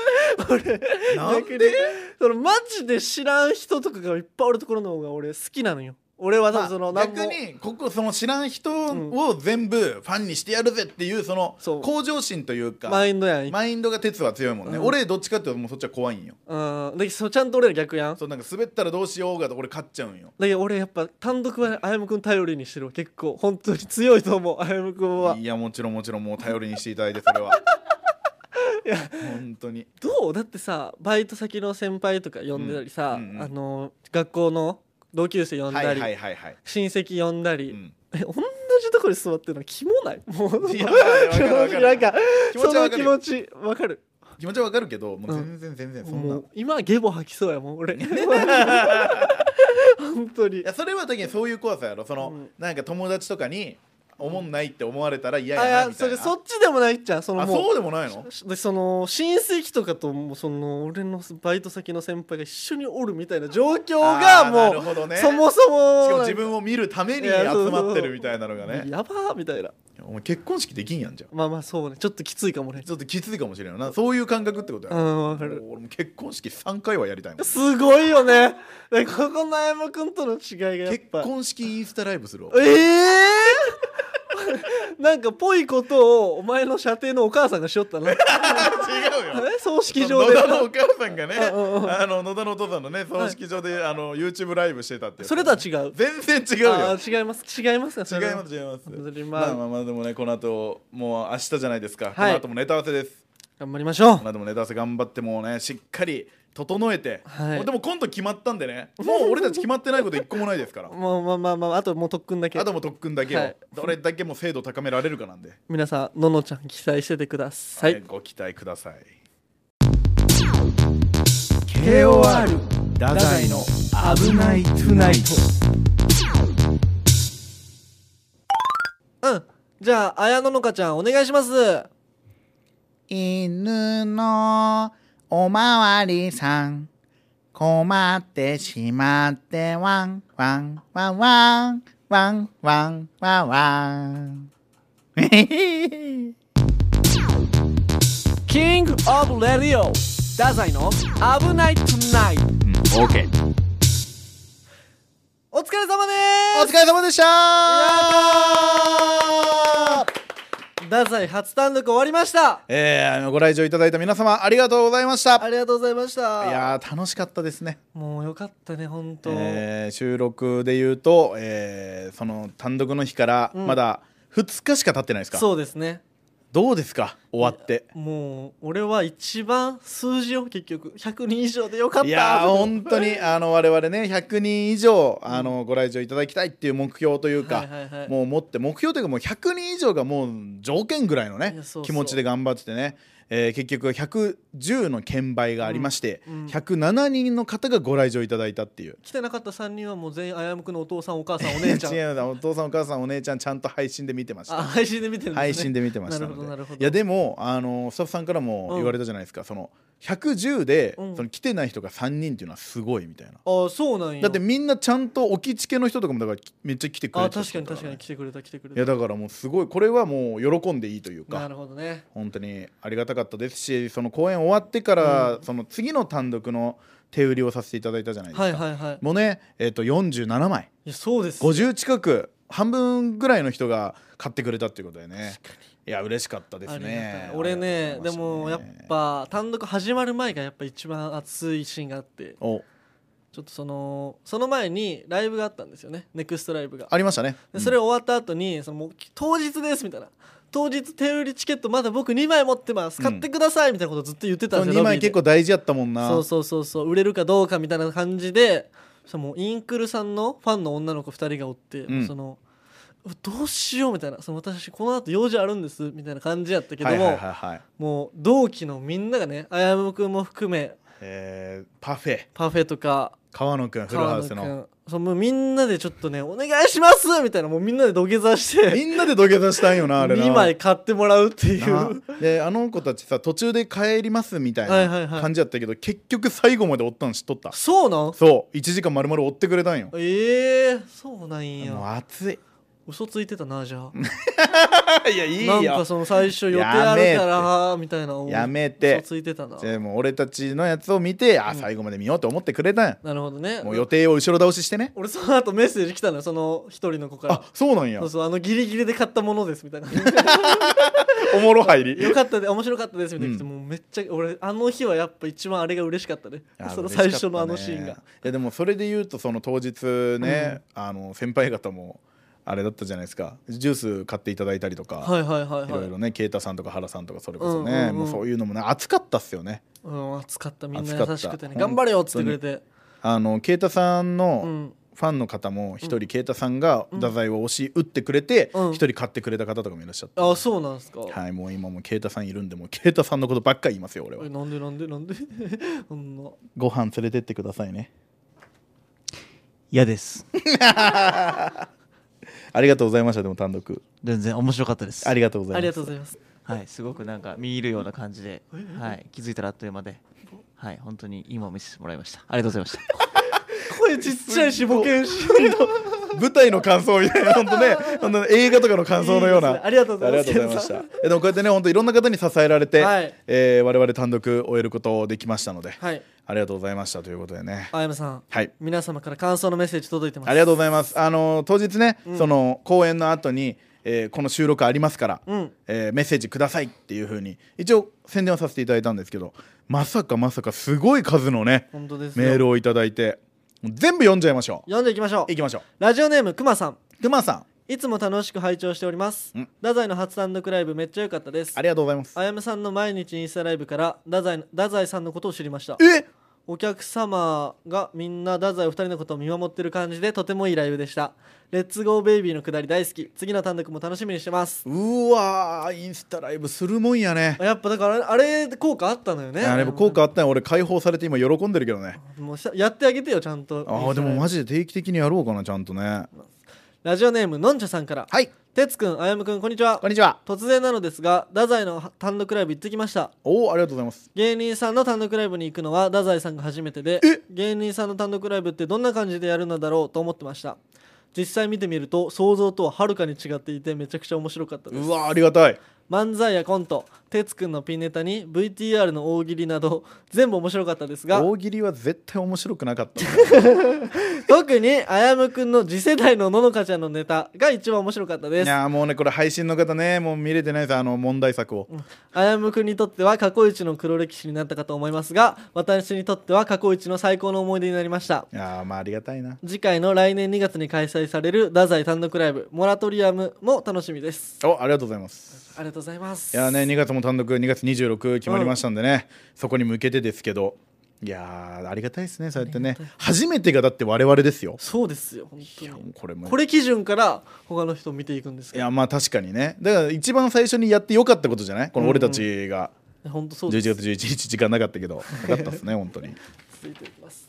[SPEAKER 2] 俺
[SPEAKER 1] ーなん
[SPEAKER 2] 逆に
[SPEAKER 1] で
[SPEAKER 2] そのマジで知らん人とかがいっぱいおるところの方が俺好きなのよ俺は多
[SPEAKER 1] ま
[SPEAKER 2] 分
[SPEAKER 1] あ
[SPEAKER 2] その、なんも
[SPEAKER 1] 逆にここその知らん人を全部ファンにしてやるぜっていうその
[SPEAKER 2] そう
[SPEAKER 1] 向上心というか
[SPEAKER 2] マインドやん、
[SPEAKER 1] マインドが鉄は強いもんね、
[SPEAKER 2] うん
[SPEAKER 1] 俺どっちかっていうともうそっちは怖いんよ
[SPEAKER 2] うん、だけどそうちゃんと俺ら逆やんだ
[SPEAKER 1] そうなんか滑ったらどうしようがと俺勝っちゃうんよ
[SPEAKER 2] けど俺やっぱ単独はあやむくん頼りにしてるわ結構本当に強いと思うあやむくんはい
[SPEAKER 1] やもちろんもちろんもう頼りにしていただいてそれは
[SPEAKER 2] いや
[SPEAKER 1] 本当に
[SPEAKER 2] どうだってさバイト先の先輩とか呼んでたりさ、
[SPEAKER 1] うんうんうん
[SPEAKER 2] あの学校の同級生呼んだ
[SPEAKER 1] は
[SPEAKER 2] り、
[SPEAKER 1] いはいはいはい、
[SPEAKER 2] 親戚呼んだり、
[SPEAKER 1] うん、
[SPEAKER 2] え同じところに座ってるのキモないもう
[SPEAKER 1] いやわかるわかる
[SPEAKER 2] なんか
[SPEAKER 1] 気持
[SPEAKER 2] そ
[SPEAKER 1] ちはわ
[SPEAKER 2] の
[SPEAKER 1] か
[SPEAKER 2] 気
[SPEAKER 1] るよ
[SPEAKER 2] 持ちわかる
[SPEAKER 1] 気持ちはわかるけどもう
[SPEAKER 2] うん
[SPEAKER 1] 全然全然そんな、
[SPEAKER 2] も
[SPEAKER 1] いう
[SPEAKER 2] 今ゲボ吐きそうやもん
[SPEAKER 1] *laughs*
[SPEAKER 2] 俺本当に
[SPEAKER 1] やそれはだけどそういう怖さやろその、
[SPEAKER 2] うん
[SPEAKER 1] なんか友達とかにおもんないって思われたら嫌
[SPEAKER 2] あい
[SPEAKER 1] やな
[SPEAKER 2] や
[SPEAKER 1] みた
[SPEAKER 2] そ
[SPEAKER 1] いな
[SPEAKER 2] れそっちでもないっちゃんその
[SPEAKER 1] あ
[SPEAKER 2] も
[SPEAKER 1] そうでもないの
[SPEAKER 2] うしでその親戚とかともうその俺のバイト先の先輩が一緒におるみたいな状況が
[SPEAKER 1] あーなる
[SPEAKER 2] も
[SPEAKER 1] ほど
[SPEAKER 2] う、
[SPEAKER 1] ね
[SPEAKER 2] そもそも
[SPEAKER 1] しかも自分を見るために集まってるみたいなのが
[SPEAKER 2] なんか
[SPEAKER 1] ね
[SPEAKER 2] やばーみたいな
[SPEAKER 1] お前結婚式できんやんじゃん
[SPEAKER 2] まあまあそうねちょっときついかもね
[SPEAKER 1] ちょっときついかもしれんよなそういう感覚ってことや
[SPEAKER 2] う
[SPEAKER 1] ろ
[SPEAKER 2] んわかる
[SPEAKER 1] もう俺も結婚式3回はやりたいもん
[SPEAKER 2] すごいよねでここの山くんとの違いがやっ
[SPEAKER 1] 結
[SPEAKER 2] ぱ
[SPEAKER 1] 婚式インスタライブするわ
[SPEAKER 2] ええー、 *laughs* なんかぽいことをお前の射程のお母さんがしよ
[SPEAKER 1] *laughs*
[SPEAKER 2] ったなえ
[SPEAKER 1] 違うよ
[SPEAKER 2] 葬式
[SPEAKER 1] 野
[SPEAKER 2] 場で
[SPEAKER 1] 田のお母さんがね
[SPEAKER 2] うんうんうん
[SPEAKER 1] あの野田のお父さんのね葬式場であの YouTube ライブしてたっていう
[SPEAKER 2] それとは違う
[SPEAKER 1] 全然違う
[SPEAKER 2] あ
[SPEAKER 1] よ
[SPEAKER 2] ー違います違いますねそ
[SPEAKER 1] 違い
[SPEAKER 2] れは
[SPEAKER 1] ます違います
[SPEAKER 2] 本当にまあ
[SPEAKER 1] まあまあまあでもねこの後もう明日じゃないですかこ
[SPEAKER 2] はい
[SPEAKER 1] の後もネタ合わせです
[SPEAKER 2] 頑張りましょう
[SPEAKER 1] まあでもネタ合わせ頑張ってもうねしっかり整えて、
[SPEAKER 2] はい
[SPEAKER 1] でも今度決まったんでねもう俺たち決まってないこと一個もないですから
[SPEAKER 2] もうまあまあまああともう特訓だけ
[SPEAKER 1] あともう特訓だけを、
[SPEAKER 2] はい
[SPEAKER 1] どれだけもう精度高められるかなんで、
[SPEAKER 2] 皆さんののちゃん期待しててください
[SPEAKER 1] ご期待ください
[SPEAKER 2] KOR
[SPEAKER 1] 太
[SPEAKER 2] 宰の危ないトゥナイトうんじゃあ綾野のかちゃんお願いします
[SPEAKER 3] 犬のおまわりさん困ってしまってワンワンワンワンワンワンワンワン
[SPEAKER 2] キングオブレディオ太宰の危ないトゥナイト
[SPEAKER 1] オーケー
[SPEAKER 2] お疲れ様で
[SPEAKER 3] お疲れ様でした
[SPEAKER 2] す太宰初単独終わりました
[SPEAKER 1] えー、あのご来場いただいた皆様ありがとうございました
[SPEAKER 2] ありがとうございました
[SPEAKER 1] いやー楽しかったですね
[SPEAKER 2] もうよかったね本当、
[SPEAKER 1] えー収録で言うと、えーその単独の日から
[SPEAKER 2] ん
[SPEAKER 1] まだ2日しか経ってないですか、
[SPEAKER 2] そうですね
[SPEAKER 1] どうですか終わって
[SPEAKER 2] もう俺は一番数字を結局100人以上でよかった
[SPEAKER 1] いやー本当にあの我々ね100人以上あのご来場いただきたいっていう目標というか、
[SPEAKER 2] はいはいはい
[SPEAKER 1] もう持って目標というかもう100人以上がもう条件ぐらいの
[SPEAKER 2] い
[SPEAKER 1] ね
[SPEAKER 2] やそうそう
[SPEAKER 1] 気持ちで頑張っててねえー結局110の券売がありまして、
[SPEAKER 2] うんうん
[SPEAKER 1] 107人の方がご来場いただいたっていう。
[SPEAKER 2] 来てなかった3人はもう全員あやむくんのお父さんお母さんお姉ちゃん
[SPEAKER 1] 違うなお父さんお母さんお姉ちゃんちゃんと配信で見てました
[SPEAKER 2] あ配信で見てるんですね
[SPEAKER 1] 配信で見てました
[SPEAKER 2] なる
[SPEAKER 1] ので
[SPEAKER 2] ほどなるほど
[SPEAKER 1] いやでもあのスタッフさんからも言われたじゃないですか、その110で、
[SPEAKER 2] うん
[SPEAKER 1] その来てない人が3人っていうのはすごいみたいな、
[SPEAKER 2] あそうなんや
[SPEAKER 1] だってみんなちゃんと置き付けの人とかもだからきめっちゃ来てくれ
[SPEAKER 2] あ
[SPEAKER 1] てた
[SPEAKER 2] 確
[SPEAKER 1] 人
[SPEAKER 2] かに
[SPEAKER 1] だ
[SPEAKER 2] 確から
[SPEAKER 1] ね
[SPEAKER 2] に来てくれた来てくれ
[SPEAKER 1] いや
[SPEAKER 2] た
[SPEAKER 1] だからもうすごいこれはもう喜んでいいという
[SPEAKER 2] な
[SPEAKER 1] か
[SPEAKER 2] るほどね
[SPEAKER 1] 本当にありがたかったですしその公演終わってから、その次の単独の手売りをさせていただいたじゃないですか、
[SPEAKER 2] はいはいはい
[SPEAKER 1] もうね、えっと47枚
[SPEAKER 2] いやそうです
[SPEAKER 1] 50近く半分ぐらいの人が買ってくれたっていうことでねいや嬉しかったで
[SPEAKER 2] あ
[SPEAKER 1] す
[SPEAKER 2] りがた
[SPEAKER 1] ね
[SPEAKER 2] い俺ね
[SPEAKER 1] あり
[SPEAKER 2] で
[SPEAKER 1] がとう
[SPEAKER 2] も
[SPEAKER 1] ござ
[SPEAKER 2] や
[SPEAKER 1] い
[SPEAKER 2] っ
[SPEAKER 1] ましたね
[SPEAKER 2] ぱ単独始まる前がやっぱ一番熱いシーンがあって
[SPEAKER 1] お
[SPEAKER 2] ちょっとそのその前にライブがあったんですよねネクストライブが
[SPEAKER 1] ありましたね
[SPEAKER 2] でそれ終わった後にそのもう当日ですみたいな当日手売りチケットまだ僕2枚持ってます買ってくださいみたいなことずっと言ってたんですよ、
[SPEAKER 1] 2
[SPEAKER 2] ロ
[SPEAKER 1] 枚
[SPEAKER 2] ビー
[SPEAKER 1] 結
[SPEAKER 2] で
[SPEAKER 1] 構大事やったもんな
[SPEAKER 2] そうそうそうそう売れるかどうかみたいな感じでそしたらもうインクルさんのファンの女の子2人がおって、
[SPEAKER 1] ん
[SPEAKER 2] そのうわどうしようみたいなその私この後用事あるんですみたいな感じやったけど
[SPEAKER 1] は
[SPEAKER 2] も、
[SPEAKER 1] いはいはいはい
[SPEAKER 2] もう同期のみんながねあやむくんも含め
[SPEAKER 1] えーパフェ
[SPEAKER 2] パフェとか
[SPEAKER 1] 川野くんフルハウスの
[SPEAKER 2] 君そうもうみんなでちょっとねお願いしますみたいなもうみんなで土下座して
[SPEAKER 1] *laughs* みんなで土下座したんよなあれな
[SPEAKER 2] 2枚買ってもらうっていう
[SPEAKER 1] なであの子たちさ途中で帰りますみたい
[SPEAKER 2] はいはい
[SPEAKER 1] な
[SPEAKER 2] はい
[SPEAKER 1] 感じやったけど、結局最後まで追ったの知っとった
[SPEAKER 2] そうなん
[SPEAKER 1] そう1時間丸々追ってくれたんよ
[SPEAKER 2] ええそうなん
[SPEAKER 1] もう
[SPEAKER 2] や
[SPEAKER 1] 熱い
[SPEAKER 2] 嘘ついてたなじゃあ
[SPEAKER 1] いやいい
[SPEAKER 2] な
[SPEAKER 1] よ
[SPEAKER 2] んかその最初予定あるからみたいな思い
[SPEAKER 1] やめて
[SPEAKER 2] 嘘ついてたな
[SPEAKER 1] でもう俺たちのやつを見てあ最後まで見ようと思ってくれたんや、
[SPEAKER 2] なるほどね
[SPEAKER 1] もう予定を後ろ倒ししてね
[SPEAKER 2] 俺その後メッセージ来たのよその一人の子から
[SPEAKER 1] あそうなんや
[SPEAKER 2] そうそうあのギリギリで買ったものですみたい
[SPEAKER 1] *laughs*
[SPEAKER 2] な
[SPEAKER 1] おもろ入り
[SPEAKER 2] よかったで面白かったですみたいな、
[SPEAKER 1] うん
[SPEAKER 2] もうめっちゃ俺あの日はやっぱ一番あれが嬉しかったね
[SPEAKER 1] あ
[SPEAKER 2] その
[SPEAKER 1] 嬉しかった
[SPEAKER 2] 最
[SPEAKER 1] ね
[SPEAKER 2] 初のあのシーンが
[SPEAKER 1] いやでもそれで言うとその当日ね、あの先輩方もあれだったじゃないですかジュース買っていただいたりとか、
[SPEAKER 2] はいはいはい
[SPEAKER 1] いろい
[SPEAKER 2] は
[SPEAKER 1] ろ
[SPEAKER 2] い
[SPEAKER 1] ね啓太さんとか原さんとかそれこそね、
[SPEAKER 2] うんうんうん
[SPEAKER 1] もうそういうのもね熱かったっすよね
[SPEAKER 2] うん暑かったみん
[SPEAKER 1] 暑
[SPEAKER 2] な
[SPEAKER 1] かった
[SPEAKER 2] 優しくてね頑張れよっつってくれて
[SPEAKER 1] あの啓太さん
[SPEAKER 2] う
[SPEAKER 1] の
[SPEAKER 2] ん
[SPEAKER 1] ファンの方も一人啓太さんが太宰を押し打ってくれて一、
[SPEAKER 2] うん
[SPEAKER 1] 人買ってくれた方とかもいらっしゃって、
[SPEAKER 2] あそうなんすか、
[SPEAKER 1] はいもう今もう啓太さんいるんでもう啓太さんのことばっかり言いますよ俺は
[SPEAKER 2] えなんでなんでなんで *laughs* そんな
[SPEAKER 1] ご飯連れてってくださいね
[SPEAKER 4] 嫌です。
[SPEAKER 1] ありがとうございましたでも単独
[SPEAKER 4] 全然面白かったです。
[SPEAKER 1] ありがとうございます
[SPEAKER 2] ありがとうございます
[SPEAKER 4] はい、すごくなんか見入るような感じで、はい、気づいたらあっという間で、はい、本当にいいものを見せてもらいました。ありがとうございました。
[SPEAKER 2] 声ちっちゃいしボケんし
[SPEAKER 1] 舞台の感想みたい
[SPEAKER 2] *laughs*
[SPEAKER 1] な本当ね本当映画とかの感想のよう
[SPEAKER 2] い
[SPEAKER 1] ない
[SPEAKER 2] ですねありがとうございます
[SPEAKER 1] ありがとうございましたえでもこうやってね本当いろんな方に支えられて、
[SPEAKER 2] はい
[SPEAKER 1] えー我々単独終えることできましたので、
[SPEAKER 2] はい
[SPEAKER 1] ありがとうございましたということでね
[SPEAKER 2] あやむさん
[SPEAKER 1] はい
[SPEAKER 2] 皆様から感想のメッセージ届いてます
[SPEAKER 1] ありがとうございますあの当日ね、その公演の後に、えーこの収録ありますから、
[SPEAKER 2] うん
[SPEAKER 1] えーメッセージくださいっていうふうに一応宣伝はさせていただいたんですけどまさかまさかすごい数のね
[SPEAKER 2] 本当ですよ
[SPEAKER 1] メールをいただいてもう全部読んじゃいましょ
[SPEAKER 2] 読んでいきましょ
[SPEAKER 1] ういきましょ
[SPEAKER 2] うラジオネームくまさん
[SPEAKER 1] うくまさん
[SPEAKER 2] いつも楽しく拝聴しております
[SPEAKER 1] うん
[SPEAKER 2] 太宰の初単独ライブめっちゃ良かったです
[SPEAKER 1] ありがとうございます
[SPEAKER 2] あやむさんの毎日インスタライブから太宰太宰さんのことを知りました
[SPEAKER 1] え
[SPEAKER 2] お客様がみんな太宰お二人のことを見守ってる感じでとてもいいライブでしたレッツゴーベイビーのくだり大好き次の単独も楽しみにしてます
[SPEAKER 1] うわーインスタライブするもんやね
[SPEAKER 2] やっぱだからあれあれ効果あったのよね
[SPEAKER 1] あれも効果あったんや俺解放されて今喜んでるけどね
[SPEAKER 2] もうしやってあげてよちゃんと
[SPEAKER 1] ああでもマジで定期的にやろうかなちゃんとねは
[SPEAKER 2] ラジオネームのんちゃさんから
[SPEAKER 1] い
[SPEAKER 2] てつくんあやむくんこんにちは
[SPEAKER 1] こんにちは
[SPEAKER 2] 突然なのですが太宰の単独ライブ行ってきました
[SPEAKER 1] おおありがとうございます
[SPEAKER 2] 芸人さんの単独ライブに行くのは太宰さんが初めてで芸人さんの単独ライブってどんな感じでやるのだろうと思ってました実際見てみると想像とははるかに違っていてめちゃくちゃ面白かったです
[SPEAKER 1] うわーありがたい
[SPEAKER 2] 漫才やコントてつくんのピンネタに VTR の大喜利など全部面白かったですが
[SPEAKER 1] 大喜利は絶対面白くなかったな
[SPEAKER 2] 特にあやむくんの次世代のののかちゃんのネタが一番面白かったで
[SPEAKER 1] い
[SPEAKER 2] す
[SPEAKER 1] やーもうねこれ配信の方ねもう見れてないですあの問題作を
[SPEAKER 2] あやむくんにとっては過去一の黒歴史になったかと思いますが私にとっては過去一の最高の思い出になりました
[SPEAKER 1] いやーまあありがたいな
[SPEAKER 2] 次回の来年2月に開催される太宰単独ライブ「モラトリアム」も楽しみです
[SPEAKER 1] おありがとうございます
[SPEAKER 2] ありがとうございます
[SPEAKER 1] いやーね2月も単独2月26決まりましたんでね、そこに向けてですけどいやーありがたいですねそうやってね初めてがだって我々ですよ
[SPEAKER 2] そうですよ本当に
[SPEAKER 1] これも
[SPEAKER 2] これ基準から他の人を見ていくんです
[SPEAKER 1] い
[SPEAKER 2] けど
[SPEAKER 1] やまあ確かにねだから一番最初にやってよかったことじゃないこの俺たちが
[SPEAKER 2] 本当そうです
[SPEAKER 1] 11月11日時間なかったけどなかったですね本当に
[SPEAKER 2] 続いていきます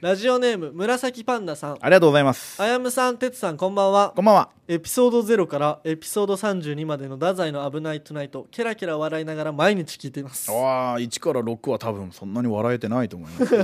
[SPEAKER 2] ラジオネーム紫パンダさん
[SPEAKER 1] ありがとうございます
[SPEAKER 2] あやむさんてつさんこんばんは
[SPEAKER 1] こんばんは
[SPEAKER 2] エピソード0からエピソード32までの太宰の危ないトゥナイトケラケラ笑いながら毎日聞いています
[SPEAKER 1] ああ1から6は多分そんなに笑えてないと思います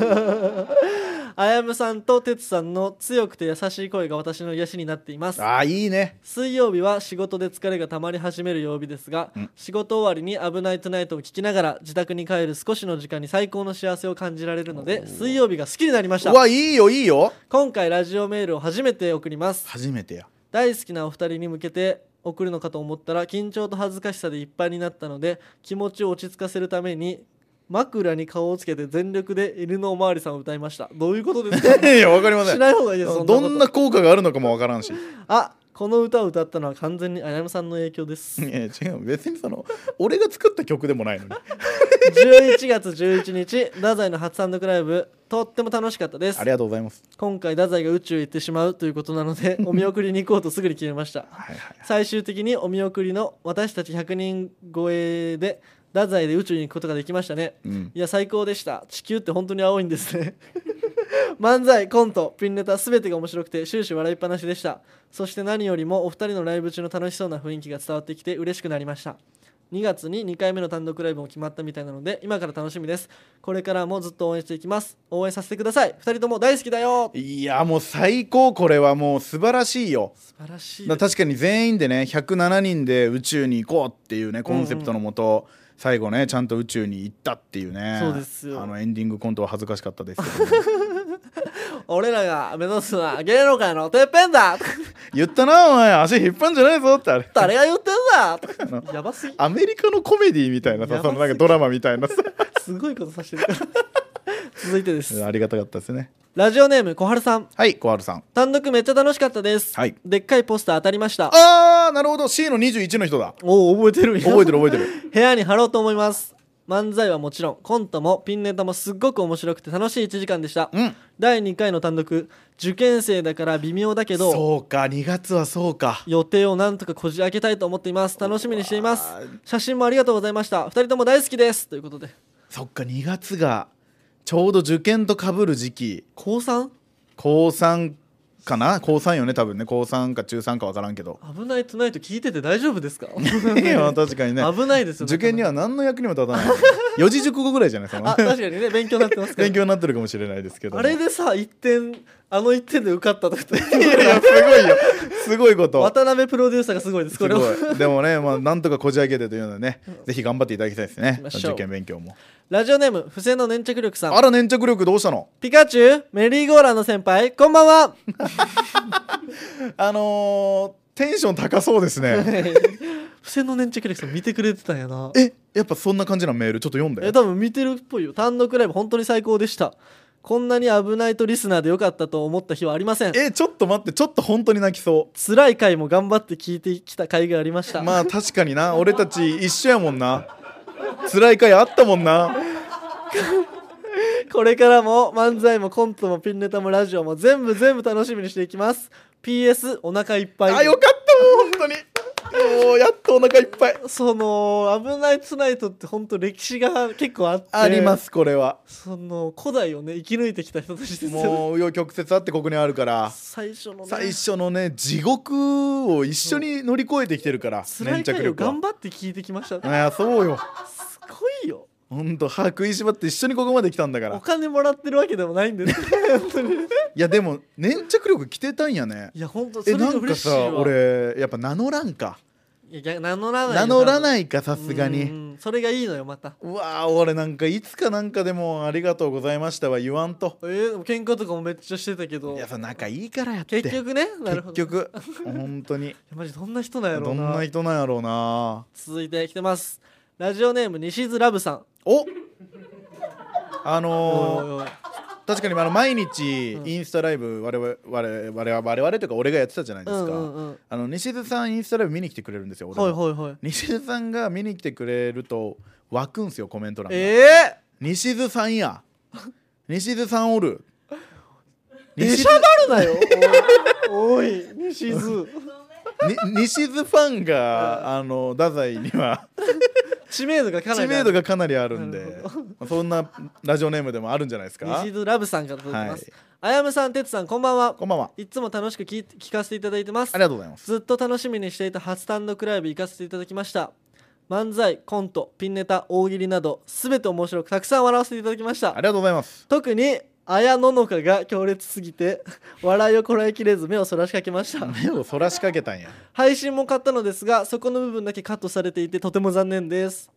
[SPEAKER 2] あやむさんとてつさんの強くて優しい声が私の癒しになっています
[SPEAKER 1] *laughs* ああいいね
[SPEAKER 2] 水曜日は仕事で疲れが溜まり始める曜日ですが、仕事終わりに「危ないトゥナイト」を聞きながら自宅に帰る少しの時間に最高の幸せを感じられるので水曜日が好きになりまし
[SPEAKER 1] う
[SPEAKER 2] た
[SPEAKER 1] わいいよいいよ
[SPEAKER 2] 今回ラジオメールを初めて送ります
[SPEAKER 1] 初め *laughs* てや
[SPEAKER 2] 大好きなお二人に向けて送るのかと思ったら緊張と恥ずかしさでいっぱいになったので気持ちを落ち着かせるために枕に顔をつけて全力で犬のおまわりさんを歌いましたどういうことです
[SPEAKER 1] い *laughs*
[SPEAKER 2] か
[SPEAKER 1] やわかりませ
[SPEAKER 2] し
[SPEAKER 1] ん
[SPEAKER 2] ない方がいいですそんなこと
[SPEAKER 1] どんな効果があるのかもわからんしい
[SPEAKER 2] あこの歌を歌ったのは完全にあやむさんの影響です
[SPEAKER 1] や違う別にその俺が作った曲でもない *laughs* のに
[SPEAKER 2] 11月11日太宰の初単独ライブとっても楽しかったです
[SPEAKER 1] ありがとうございます
[SPEAKER 2] 今回太宰が宇宙へ行ってしまうということなの
[SPEAKER 1] *laughs*
[SPEAKER 2] でお見送りに行こうとすぐに決めました
[SPEAKER 1] はいはい
[SPEAKER 2] 最終的にお見送りの私たち100人超えで太宰で宇宙に行くことができましたね、
[SPEAKER 1] うん
[SPEAKER 2] いや最高でした地球って本当に青いんですね *laughs* 漫才コントピンネタ全てが面白くて終始笑いっぱなしでしたそして何よりもお二人のライブ中の楽しそうな雰囲気が伝わってきて嬉しくなりました2月に2回目の単独ライブも決まったみたいなので今から楽しみですこれからもずっと応援していきます応援させてください2人とも大好きだよ
[SPEAKER 1] いやもう最高これはもう素晴らしいよ
[SPEAKER 2] 素晴らしい
[SPEAKER 1] だから確かに全員でね107人で宇宙に行こうっていうねコンセプトのもと、最後ねちゃんと宇宙に行ったっていうね
[SPEAKER 2] そうですよ
[SPEAKER 1] あのエンディングコントは恥ずかしかったですけど、ね、 *laughs*
[SPEAKER 2] 俺らが目指すのは芸能界のてっぺんだ *laughs*
[SPEAKER 1] 言ったなお前足引っ張んじゃないぞってあれ
[SPEAKER 2] 誰が言ってんだやばすぎ
[SPEAKER 1] アメリカのコメディみたいな
[SPEAKER 2] や
[SPEAKER 1] さ
[SPEAKER 2] ばす
[SPEAKER 1] そ
[SPEAKER 2] ぎ
[SPEAKER 1] のなんかドラマみたいなさ *laughs*
[SPEAKER 2] すごいことさせてるから *laughs* 続いてです
[SPEAKER 1] ありがたかったですね
[SPEAKER 2] ラジオネーム小春さん
[SPEAKER 1] はい小春さん
[SPEAKER 2] 単独めっちゃ楽しかったです、
[SPEAKER 1] はい
[SPEAKER 2] でっかいポスター当たりました
[SPEAKER 1] あーなるほど C の21の人だ
[SPEAKER 2] おお覚えてるんや
[SPEAKER 1] 覚えてる覚えてる
[SPEAKER 2] 部屋に貼ろうと思います漫才はもちろんコントもピンネタもすっごく面白くて楽しい1時間でした、
[SPEAKER 1] うん
[SPEAKER 2] 第2回の単独受験生だから微妙だけど
[SPEAKER 1] そうか2月はそうか
[SPEAKER 2] 予定をなんとかこじ開けたいと思っています楽しみにしています写真もありがとうございました2人とも大好きですということで
[SPEAKER 1] そっか2月がちょうど受験とかぶる時期
[SPEAKER 2] 高 3?
[SPEAKER 1] 高3かな高3よね多分ね高3か中3か分からんけ
[SPEAKER 2] *laughs*
[SPEAKER 1] ど
[SPEAKER 2] 危ないトゥナイト聞いてて大丈夫ですか
[SPEAKER 1] いや *laughs* 確かにね
[SPEAKER 2] 危ないですよ
[SPEAKER 1] 受験には何の役にも立たない四字熟語ぐらいじゃないその
[SPEAKER 2] あ確かにね勉強になってますから
[SPEAKER 1] 勉強になってるかもしれないですけど
[SPEAKER 2] あれでさ1点あの1点で受かったとかって
[SPEAKER 1] いやいやすごいよすごいこと
[SPEAKER 2] 渡辺プロデューサーがすごいですこ
[SPEAKER 1] す
[SPEAKER 2] れは
[SPEAKER 1] ごいでもねまあなんとかこじ開けてというのはねぜひ頑張っていただきたいですね
[SPEAKER 2] きましょう
[SPEAKER 1] 受験勉強も
[SPEAKER 2] ラジオネーム不正の粘着力さ
[SPEAKER 1] あ
[SPEAKER 2] ん
[SPEAKER 1] ら粘着力どうしたの
[SPEAKER 2] ピカチュウメリーゴーランド先輩こんばんは *laughs*
[SPEAKER 1] あのーテンション高そうで
[SPEAKER 2] *laughs*
[SPEAKER 1] すね
[SPEAKER 2] 不正の粘着力さん見てくれてたんやな
[SPEAKER 1] えやっぱそんな感じなメールちょっと読んで
[SPEAKER 2] え多分見てるっぽいよ単独ライブ本当に最高でしたこんなに危ないとリスナーでよかったと思った日はありません
[SPEAKER 1] えちょっと待ってちょっと本当に泣きそう
[SPEAKER 2] 辛い回も頑張って聞いてきた回がありました、
[SPEAKER 1] まあ確かにな俺たち一緒やもんな辛い回あったもんな
[SPEAKER 2] これからも漫才もコントもピンネタもラジオも全部全部楽しみにしていきます PS お腹いっぱい
[SPEAKER 1] あよかったもん本当にもうやっとお腹いっぱい
[SPEAKER 2] その「危ないトゥナイト」って本当歴史が結構あって
[SPEAKER 1] ありますこれは
[SPEAKER 2] その古代をね生き抜いてきた人たちですよね
[SPEAKER 1] もう紆余曲折あってここにあるから
[SPEAKER 2] 最初の、ね、
[SPEAKER 1] 最初のね地獄を一緒に乗り越えてきてるから
[SPEAKER 2] 辛い回を頑
[SPEAKER 1] は
[SPEAKER 2] 張って聞いてきました
[SPEAKER 1] いやそうよ
[SPEAKER 2] すごいよ
[SPEAKER 1] ほんと歯食いしばって一緒にここまで来たんだから
[SPEAKER 2] お
[SPEAKER 1] い
[SPEAKER 2] 金もらってるわけでもないんです
[SPEAKER 1] *laughs*
[SPEAKER 2] 本当に
[SPEAKER 1] やでも粘着力きてたんやね
[SPEAKER 2] いや本当そ
[SPEAKER 1] え
[SPEAKER 2] れが
[SPEAKER 1] なん
[SPEAKER 2] 嬉
[SPEAKER 1] か
[SPEAKER 2] しいわ
[SPEAKER 1] さ俺やっぱ名乗らんか
[SPEAKER 2] いや名乗らない
[SPEAKER 1] 名乗ら
[SPEAKER 2] い
[SPEAKER 1] ないかさすがに
[SPEAKER 2] それがいいのよまた
[SPEAKER 1] うわー俺なんかいつかなんかでも「ありがとうございました」は言わんと
[SPEAKER 2] えー、でも喧嘩とかもめっちゃしてたけど
[SPEAKER 1] いやさ仲いいからやって
[SPEAKER 2] 結局ねなるほど
[SPEAKER 1] 結局本当
[SPEAKER 2] い
[SPEAKER 1] に
[SPEAKER 2] やマジどんな人なんやろ
[SPEAKER 1] ど
[SPEAKER 2] うんな
[SPEAKER 1] な人なんやろうな
[SPEAKER 2] 続いて来てますラジオネーム西津ラブさん
[SPEAKER 1] おあ
[SPEAKER 2] おい
[SPEAKER 1] のー
[SPEAKER 2] おい
[SPEAKER 1] 確かにあの毎日インスタライブ我々我々我々我々というか俺がやってたじゃないで
[SPEAKER 2] う
[SPEAKER 1] す
[SPEAKER 2] ん
[SPEAKER 1] か、
[SPEAKER 2] うんうん
[SPEAKER 1] あの西津さんインスタライブ見に来てくれるんですよ俺
[SPEAKER 2] はい
[SPEAKER 1] も
[SPEAKER 2] はいはい
[SPEAKER 1] 西津さんが見に来てくれると湧くんすよコメント欄が、
[SPEAKER 2] ええ
[SPEAKER 1] 西津さんや西津さんおる
[SPEAKER 2] ー、で
[SPEAKER 1] 西
[SPEAKER 2] し
[SPEAKER 1] 津
[SPEAKER 2] ゃが *laughs* るなよおいおい西津
[SPEAKER 1] に西津ファンがあの太宰には
[SPEAKER 2] 知名度がかなり
[SPEAKER 1] 知名度がかなりあるん
[SPEAKER 2] な
[SPEAKER 1] で
[SPEAKER 2] る、
[SPEAKER 1] まあそんなラジオネームでもあるんじゃないですか
[SPEAKER 2] 西。津ラブさんから届いてます、
[SPEAKER 1] はい
[SPEAKER 2] あやむさんてつさんこんばんは
[SPEAKER 1] こんばんは。
[SPEAKER 2] いつも楽しく聞い聞かせていただいてます
[SPEAKER 1] ありがとうございます。
[SPEAKER 2] ずっと楽しみにしていた初単独ライブ行かせていただきました漫才コントピンネタ大喜利など全て面白くたくさん笑わせていただきまし
[SPEAKER 1] あり
[SPEAKER 2] た
[SPEAKER 1] がとうございます。
[SPEAKER 2] 特に綾野のかが強烈すぎて笑いをこらえきれず目をそらしかけました
[SPEAKER 1] 目をそらしかけたんや。
[SPEAKER 2] 配信も買ったのですがそこの部分だけカットされていてとても残念です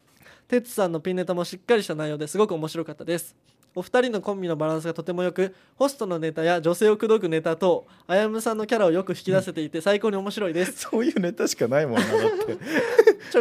[SPEAKER 2] てつさんのピンネタもしっかりした内容ですごく面白かったですお二人のコンビのバランスがとても良くホストのネタや女性を口説くネタ等あやむさんのキャラをよく引き出せていて最高に面白いです
[SPEAKER 1] そういうネタしかないもんなだって。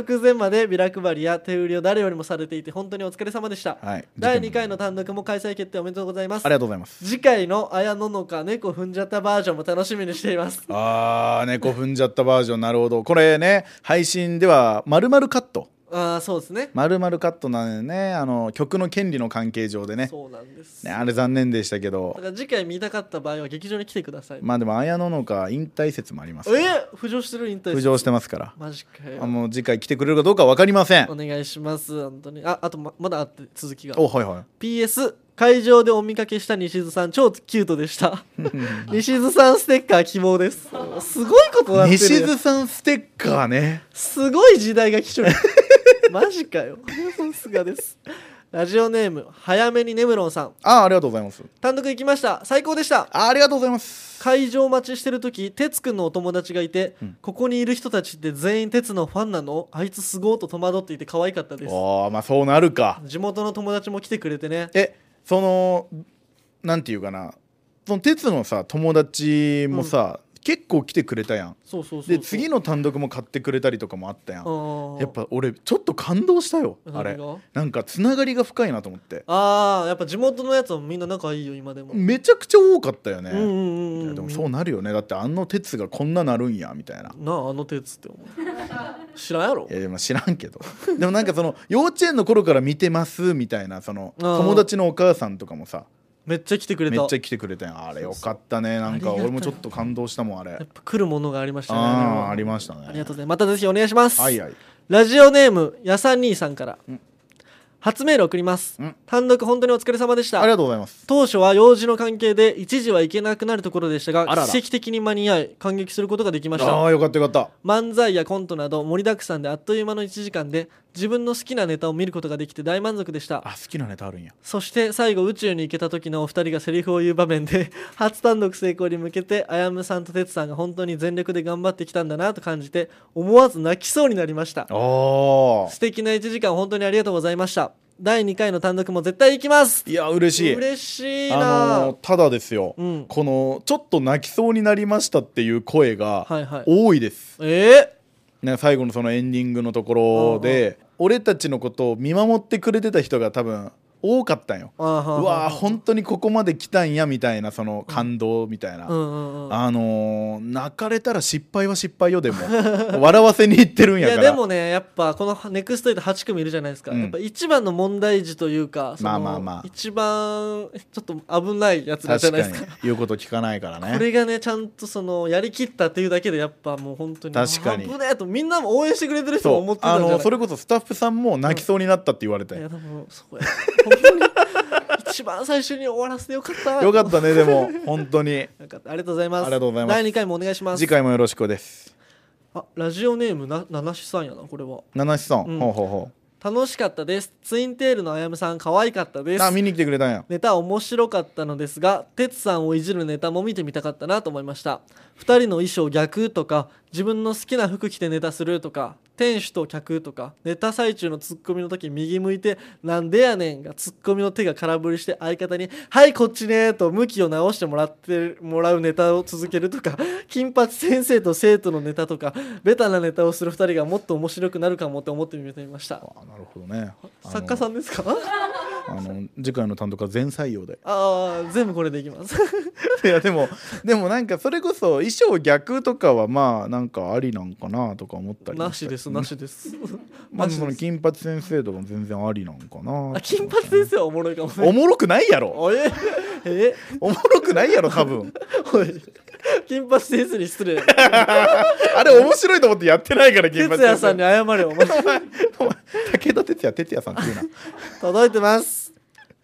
[SPEAKER 2] 直前までビラ配りや手売りを誰よりもされていて本当にお疲れ様でした、
[SPEAKER 1] *laughs* *laughs* はい。
[SPEAKER 2] 第2回の単独も開催決定おめでとうございま
[SPEAKER 1] あ
[SPEAKER 2] す
[SPEAKER 1] りがとうございます。
[SPEAKER 2] 次回の綾野のか猫踏んじゃったバージョンも楽しみにしています
[SPEAKER 1] あー、猫踏んじゃったバージョン、なるほど。これね、配信では、まるまるカット。
[SPEAKER 2] ああそうですね
[SPEAKER 1] まるまるカットなんでね、あの、曲の権利の関係上でね。
[SPEAKER 2] そうなんです、
[SPEAKER 1] ねあれ残念でしたけ
[SPEAKER 2] だ
[SPEAKER 1] ど
[SPEAKER 2] か。ら次回見たかった場合は劇場に来てください、
[SPEAKER 1] まあでも、綾野のか引退説もありますから。
[SPEAKER 2] え浮上してる引退
[SPEAKER 1] 浮上してますから。
[SPEAKER 2] マジか
[SPEAKER 1] あ
[SPEAKER 2] よ
[SPEAKER 1] もう次回来てくれるかどうか分かりません
[SPEAKER 2] お。願いします本当にああとままだあって続きが
[SPEAKER 1] お、はいはい。
[SPEAKER 2] PS 会場でお見かけした西津さん超キュートでした
[SPEAKER 1] *laughs*
[SPEAKER 2] 西津さんステッカー希望ですすごいことなってる
[SPEAKER 1] 西
[SPEAKER 2] やん
[SPEAKER 1] 津さんステッカーね。
[SPEAKER 2] すごい時代が来ちゃう *laughs* マジかよさすがですラジオネーム早めにネムロンさん
[SPEAKER 1] あー、ありがとうございます。
[SPEAKER 2] 単独行きました最高でした
[SPEAKER 1] あーありがとうございます。
[SPEAKER 2] 会場待ちしてる時哲くんのお友達がいて、ここにいる人たちって全員哲のファンなのあいつすごーと戸惑っていて可愛かったです
[SPEAKER 1] おー、まあそうなるか。
[SPEAKER 2] 地元の友達も来てくれてね
[SPEAKER 1] えそのなんていうかなその鉄のさ友達もさ、結構来てくれたやん
[SPEAKER 2] そうそうそう
[SPEAKER 1] で次の単独も買ってくれたりとかもあったやん
[SPEAKER 2] の
[SPEAKER 1] やっぱ俺ちょっと感動したよあれ
[SPEAKER 2] 何が
[SPEAKER 1] なんかつながりが深いなと思って
[SPEAKER 2] ああやっぱ地元のやつもみんな仲いいよ今でも、
[SPEAKER 1] めちゃくちゃ多かったよね、
[SPEAKER 2] うんうんうん
[SPEAKER 1] いや
[SPEAKER 2] ん
[SPEAKER 1] でもそうなるよねだってあの鉄がこんななるんやみたいな
[SPEAKER 2] なああの鉄って思う知らんやろ
[SPEAKER 1] いやでも知らんけど *laughs* でもなんかその幼稚園の頃から見てますみたいなその
[SPEAKER 2] あー
[SPEAKER 1] 友達のお母さんとかもさ
[SPEAKER 2] めっちゃ来てくれ
[SPEAKER 1] め
[SPEAKER 2] た
[SPEAKER 1] っちゃ来てくれたやんあれよかったねなん
[SPEAKER 2] あ
[SPEAKER 1] か
[SPEAKER 2] りがたい
[SPEAKER 1] 俺もちょっと感動したもんあれ
[SPEAKER 2] やっぱ来るものがありましたね
[SPEAKER 1] あ
[SPEAKER 2] あ
[SPEAKER 1] ああ
[SPEAKER 2] れ
[SPEAKER 1] り
[SPEAKER 2] は
[SPEAKER 1] ました
[SPEAKER 2] ありが
[SPEAKER 1] ね
[SPEAKER 2] とうございますまたぜひお願いします、
[SPEAKER 1] はいはい
[SPEAKER 2] ラジオネームやさ兄さんから、初メール送ります、
[SPEAKER 1] うん
[SPEAKER 2] 単独本当にお疲れ様でし
[SPEAKER 1] あり
[SPEAKER 2] た
[SPEAKER 1] がとうございます
[SPEAKER 2] 当初は用事の関係で一時は行けなくなるところでしたが
[SPEAKER 1] あらら
[SPEAKER 2] 奇跡的に間に合い感激することができました
[SPEAKER 1] ああよかったよかった
[SPEAKER 2] 漫才やコントなど盛りだくさんであっという間の1時間で自分の好きなネタを見ることができて大満足でした
[SPEAKER 1] あ好きなネタあるんや
[SPEAKER 2] そして最後宇宙に行けた時のお二人がセリフを言う場面で *laughs* 初単独成功に向けてあやむさんとてつさんが本当に全力で頑張ってきたんだなと感じて思わず泣きそうになりました
[SPEAKER 1] ああ
[SPEAKER 2] 素敵な1時間本当にありがとうございました第2回の単独も絶対行きます
[SPEAKER 1] いや嬉しい
[SPEAKER 2] 嬉しいな、
[SPEAKER 1] あのーただですよ、
[SPEAKER 2] うん
[SPEAKER 1] このちょっと泣きそうになりましたっていう声
[SPEAKER 2] はい
[SPEAKER 1] が
[SPEAKER 2] はい
[SPEAKER 1] 多いです、
[SPEAKER 2] え
[SPEAKER 1] ね、最後のそのエンディングのところで俺たちのことを見守ってくれてた人が多分多かったんよ
[SPEAKER 2] ー、あーはー
[SPEAKER 1] うわー
[SPEAKER 2] はー
[SPEAKER 1] 本当にここまで来たんやみたいなその感動みたいな、
[SPEAKER 2] うんうんうん
[SPEAKER 1] あのー泣かれたら失敗は失敗よでも笑わせにいってるん
[SPEAKER 2] い
[SPEAKER 1] やか
[SPEAKER 2] や
[SPEAKER 1] ら
[SPEAKER 2] でもねやっぱこのネクストエイト8組いるじゃないですか、
[SPEAKER 1] うん
[SPEAKER 2] やっぱ一番の問題児というかその
[SPEAKER 1] まあまあまあ
[SPEAKER 2] 一番ちょっと危ないやつらじゃ
[SPEAKER 1] 確
[SPEAKER 2] ない
[SPEAKER 1] か
[SPEAKER 2] で
[SPEAKER 1] に
[SPEAKER 2] すか
[SPEAKER 1] 言うこと聞かないから
[SPEAKER 2] こ
[SPEAKER 1] ね
[SPEAKER 2] れがねちゃんとそのやりきったっていうだけでやっぱもう本当に
[SPEAKER 1] 確かに
[SPEAKER 2] あ危ねえとみんなも応援してくれてる人も
[SPEAKER 1] そ
[SPEAKER 2] 思っ
[SPEAKER 1] う
[SPEAKER 2] てた
[SPEAKER 1] あ
[SPEAKER 2] んじゃない
[SPEAKER 1] のそれこそスタッフさんも泣きそうになったって言われて、
[SPEAKER 2] いや
[SPEAKER 1] よ
[SPEAKER 2] でもそうや本当に一番最初に終わらせてよかった
[SPEAKER 1] かったねでも本当に
[SPEAKER 2] よかったありがとうございます
[SPEAKER 1] ありがとうございます
[SPEAKER 2] 第2回もお願いします
[SPEAKER 1] 次回もよろしくです
[SPEAKER 2] あラジオネームな七七さんやなこれは
[SPEAKER 1] 七七さん、
[SPEAKER 2] うん
[SPEAKER 1] ほうほうほ
[SPEAKER 2] 楽しかったですツインテールのあやむさん可愛かったで
[SPEAKER 1] う
[SPEAKER 2] す
[SPEAKER 1] あ見に来てくれたんや
[SPEAKER 2] ネタ面白かったのですが哲さんをいじるネタも見てみたかったなと思いました2人の衣装逆とか自分の好きな服着てネタするとか店主と客とかネタ最中のツッコミの時右向いて「なんでやねん」がツッコミの手が空振りして相方に「はいこっちね」と向きを直してもらってもらうネタを続けるとか金八先生と生徒のネタとかベタなネタをする2人がもっと面白くなるかもって思ってみてみました
[SPEAKER 1] あなるほどねあの
[SPEAKER 2] 作家さんです
[SPEAKER 1] *laughs*
[SPEAKER 2] か
[SPEAKER 1] あの次回の単独は全採用で *laughs*
[SPEAKER 2] ああ全部これでいきます
[SPEAKER 1] いやでもでもなんかそれこそ衣装逆とかはまあなんかありなんかなとか思ったりも
[SPEAKER 2] な
[SPEAKER 1] た
[SPEAKER 2] しですなしです。
[SPEAKER 1] まずそ
[SPEAKER 2] な
[SPEAKER 1] の
[SPEAKER 2] しです
[SPEAKER 1] 金八先生とかも全然ありなんかな
[SPEAKER 2] あ金八先生はおもろいかもね。
[SPEAKER 1] おもろくないやろ
[SPEAKER 2] おいええ
[SPEAKER 1] おもろくないやろ多分
[SPEAKER 2] おい金髪先生に失
[SPEAKER 1] *laughs*
[SPEAKER 2] 礼
[SPEAKER 1] あれ面白いと思ってやってないから
[SPEAKER 2] 哲
[SPEAKER 1] 金髪
[SPEAKER 2] 也さんに謝れお前
[SPEAKER 1] お前お前武田鉄矢哲也さんっていうな
[SPEAKER 2] 届いてます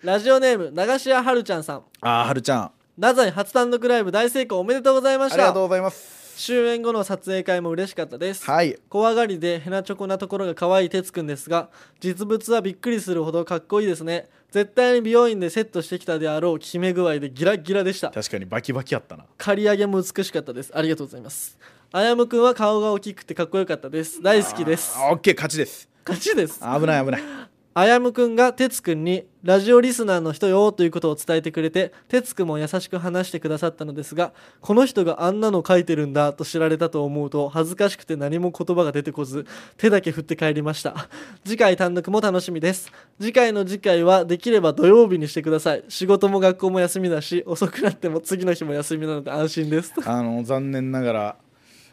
[SPEAKER 2] ラジオネーム流し屋はるちゃんさん
[SPEAKER 1] あーはるちゃんあ
[SPEAKER 2] なざに初単独ライブ大成功おめでとうございまし
[SPEAKER 1] りが
[SPEAKER 2] た
[SPEAKER 1] とうございます
[SPEAKER 2] 終演後の撮影会も嬉しかったです
[SPEAKER 1] はい
[SPEAKER 2] 怖がりでヘナチョコなところが可愛い哲くんですが実物はびっくりするほどかっこいいですね絶対に美容院でセットしてきたであろう効き目具合でギラギラでした
[SPEAKER 1] 確かにバキバキやったな
[SPEAKER 2] 刈り上げも美しかったですありがとうございますあやむくんは顔が大きくてかっこよかったです大好きです
[SPEAKER 1] あーオッケー勝ちです
[SPEAKER 2] 勝ちです
[SPEAKER 1] 危ない危ない
[SPEAKER 2] あやむくんがてつくんにラジオリスナーの人よということを伝えてくれててつくんも優しく話してくださったのですがこの人があんなの書いてるんだと知られたと思うと恥ずかしくて何も言葉が出てこず手だけ振って帰りました次回単独も楽しみです次回の次回はできれば土曜日にしてください仕事も学校も休みだし遅くなっても次の日も休みなので安心です
[SPEAKER 1] あの残念ながら、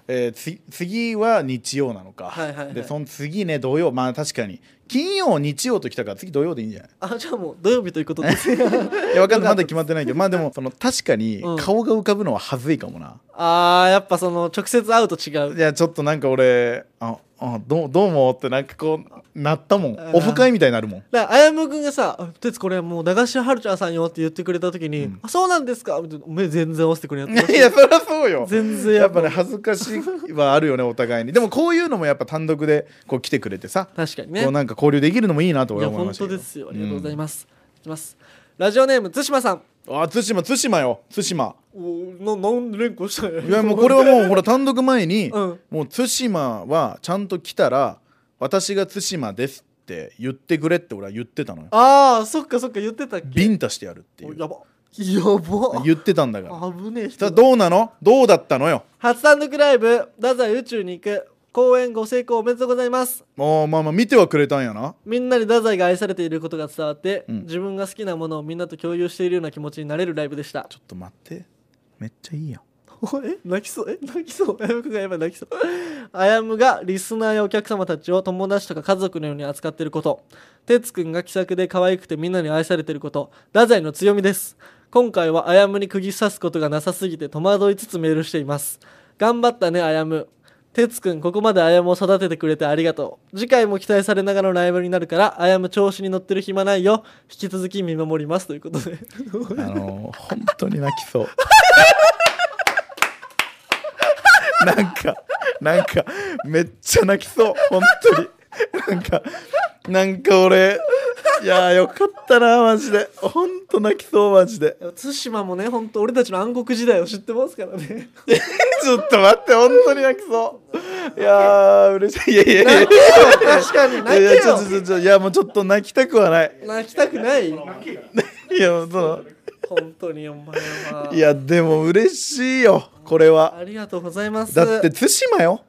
[SPEAKER 1] えーつ次は日曜なのか、
[SPEAKER 2] はいはいはい
[SPEAKER 1] でその次ね土曜まあ確かに金曜日曜ときたから次土曜でいいんじゃない
[SPEAKER 2] あじゃあもう土曜日ということです
[SPEAKER 1] いやわかんないまだ決まってないけどまあ
[SPEAKER 2] *laughs*
[SPEAKER 1] でもその確かに
[SPEAKER 2] うん
[SPEAKER 1] 顔が浮かぶのは恥ずいかもな、
[SPEAKER 2] あーやっぱその直接会うと違う
[SPEAKER 1] いやちょっとなんか俺ああどうどうもってなんかこうなったもんオフ会みたいになる
[SPEAKER 2] *laughs*
[SPEAKER 1] もん
[SPEAKER 2] だからあやむくんがさあ「てつこれもう駄菓子屋はるちゃんさんよ」って言ってくれた時に「あそうなんですか」みたいな目全然合わせてくれなかった
[SPEAKER 1] いやそりゃそうよ
[SPEAKER 2] 全然
[SPEAKER 1] や
[SPEAKER 2] や
[SPEAKER 1] っ
[SPEAKER 2] っ
[SPEAKER 1] ぱ
[SPEAKER 2] ぱ
[SPEAKER 1] ね恥ずかしいはあるよねお互いにでもこういうのもやっぱ単独でこう来てくれてさ
[SPEAKER 2] 確かにね
[SPEAKER 1] こうなんか交流できるのもいいなと
[SPEAKER 2] い
[SPEAKER 1] 俺
[SPEAKER 2] や
[SPEAKER 1] は思
[SPEAKER 2] 本
[SPEAKER 1] いました
[SPEAKER 2] 当
[SPEAKER 1] けど
[SPEAKER 2] ですよありがとうございます、いきますラジオネーム対馬さん
[SPEAKER 1] あ対馬対馬よ対馬
[SPEAKER 2] おな何連呼したんや
[SPEAKER 1] いやもうこれはもうほら単独前に、
[SPEAKER 2] うん
[SPEAKER 1] もう対馬はちゃんと来たら私が対馬ですって言ってくれって俺は言ってたのよ
[SPEAKER 2] ああそっかそっか言ってたっけ
[SPEAKER 1] ビンタしてやるってい
[SPEAKER 2] お
[SPEAKER 1] う
[SPEAKER 2] やばやば
[SPEAKER 1] 言ってたんだから
[SPEAKER 2] 危ねえ人
[SPEAKER 1] さ
[SPEAKER 2] だ
[SPEAKER 1] あどうなのどうだったのよ
[SPEAKER 2] 初単独ライブ太宰宇宙に行く公演ご成功おめでとうございます
[SPEAKER 1] もうまあまあ見てはくれたんやな
[SPEAKER 2] みんなに太宰が愛されていることが伝わって、
[SPEAKER 1] うん
[SPEAKER 2] 自分が好きなものをみんなと共有しているような気持ちになれるライブでした
[SPEAKER 1] ちょっと待ってめっちゃいいやん
[SPEAKER 2] お *laughs* え泣きそうえ泣きそうあ *laughs* やむくんが今泣きそうあやむがリスナーやお客様たちを友達とか家族のように扱っていることてつくんが気さくで可愛くてみんなに愛されていること太宰の強みです今回はあやむに釘刺すことがなさすぎて戸惑いつつメールしています頑張ったねあやむてつくんここまであやむを育ててくれてありがとう次回も期待されながらのライブになるからあやむ調子に乗ってる暇ないよ引き続き見守りますということで
[SPEAKER 1] あのー、本当に泣きそう *laughs* なんかなんかめっちゃ泣きそう本当になんかなんか俺いやーよかったなマジで本当泣きそうマジで
[SPEAKER 2] 対馬もね本当俺たちの暗黒時代を知ってますからね
[SPEAKER 1] ちょっと待って本当に泣きそういやー嬉しいいやいやいやい
[SPEAKER 2] 確かに泣
[SPEAKER 1] やい
[SPEAKER 2] け
[SPEAKER 1] やちょち
[SPEAKER 2] よ
[SPEAKER 1] ょちょちょいやもうちょっと泣きたくはない
[SPEAKER 2] 泣きたくない
[SPEAKER 1] いやもうその
[SPEAKER 2] 本当にお前はい
[SPEAKER 1] やでも嬉しいよこれは
[SPEAKER 2] ありがとうございます
[SPEAKER 1] だって対馬よ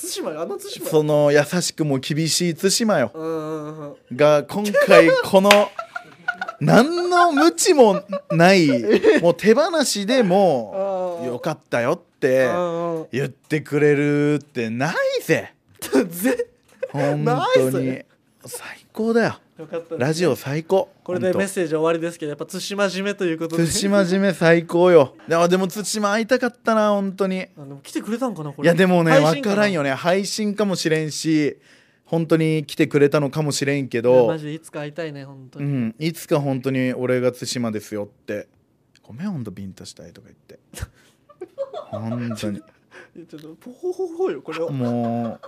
[SPEAKER 2] 対馬よあの対馬
[SPEAKER 1] その優しくも厳しい対馬よ
[SPEAKER 2] うんうんうん
[SPEAKER 1] が今回
[SPEAKER 2] *laughs*
[SPEAKER 1] この何の無知もないもう手放しでも
[SPEAKER 2] あー
[SPEAKER 1] よかったよって
[SPEAKER 2] うんうん
[SPEAKER 1] 言ってくれるってないぜ
[SPEAKER 2] ぜ
[SPEAKER 1] 本
[SPEAKER 2] ない
[SPEAKER 1] 当に
[SPEAKER 2] ぜ
[SPEAKER 1] 最高だよ
[SPEAKER 2] *laughs* よかった
[SPEAKER 1] ラジオ最高
[SPEAKER 2] これでメッ
[SPEAKER 1] ジ
[SPEAKER 2] セージ終わりですけどやっぱ対馬締めということで
[SPEAKER 1] 対馬締め最高よいやでも対馬会いたかったな本当に
[SPEAKER 2] あでも来てくれたんかなこ
[SPEAKER 1] い
[SPEAKER 2] れ
[SPEAKER 1] やでもね
[SPEAKER 2] 配
[SPEAKER 1] 分
[SPEAKER 2] 信
[SPEAKER 1] からんよ
[SPEAKER 2] ね
[SPEAKER 1] ね配信かもしれんし本当に来てくれたのかもしれんけど
[SPEAKER 2] マジでいつか会いたいね本当
[SPEAKER 1] う
[SPEAKER 2] に
[SPEAKER 1] ん、いつか本当に俺が対馬ですよってごめんほんとビンタしたいとか言って本当に
[SPEAKER 2] いやちょっとポホホホよこれを
[SPEAKER 1] もう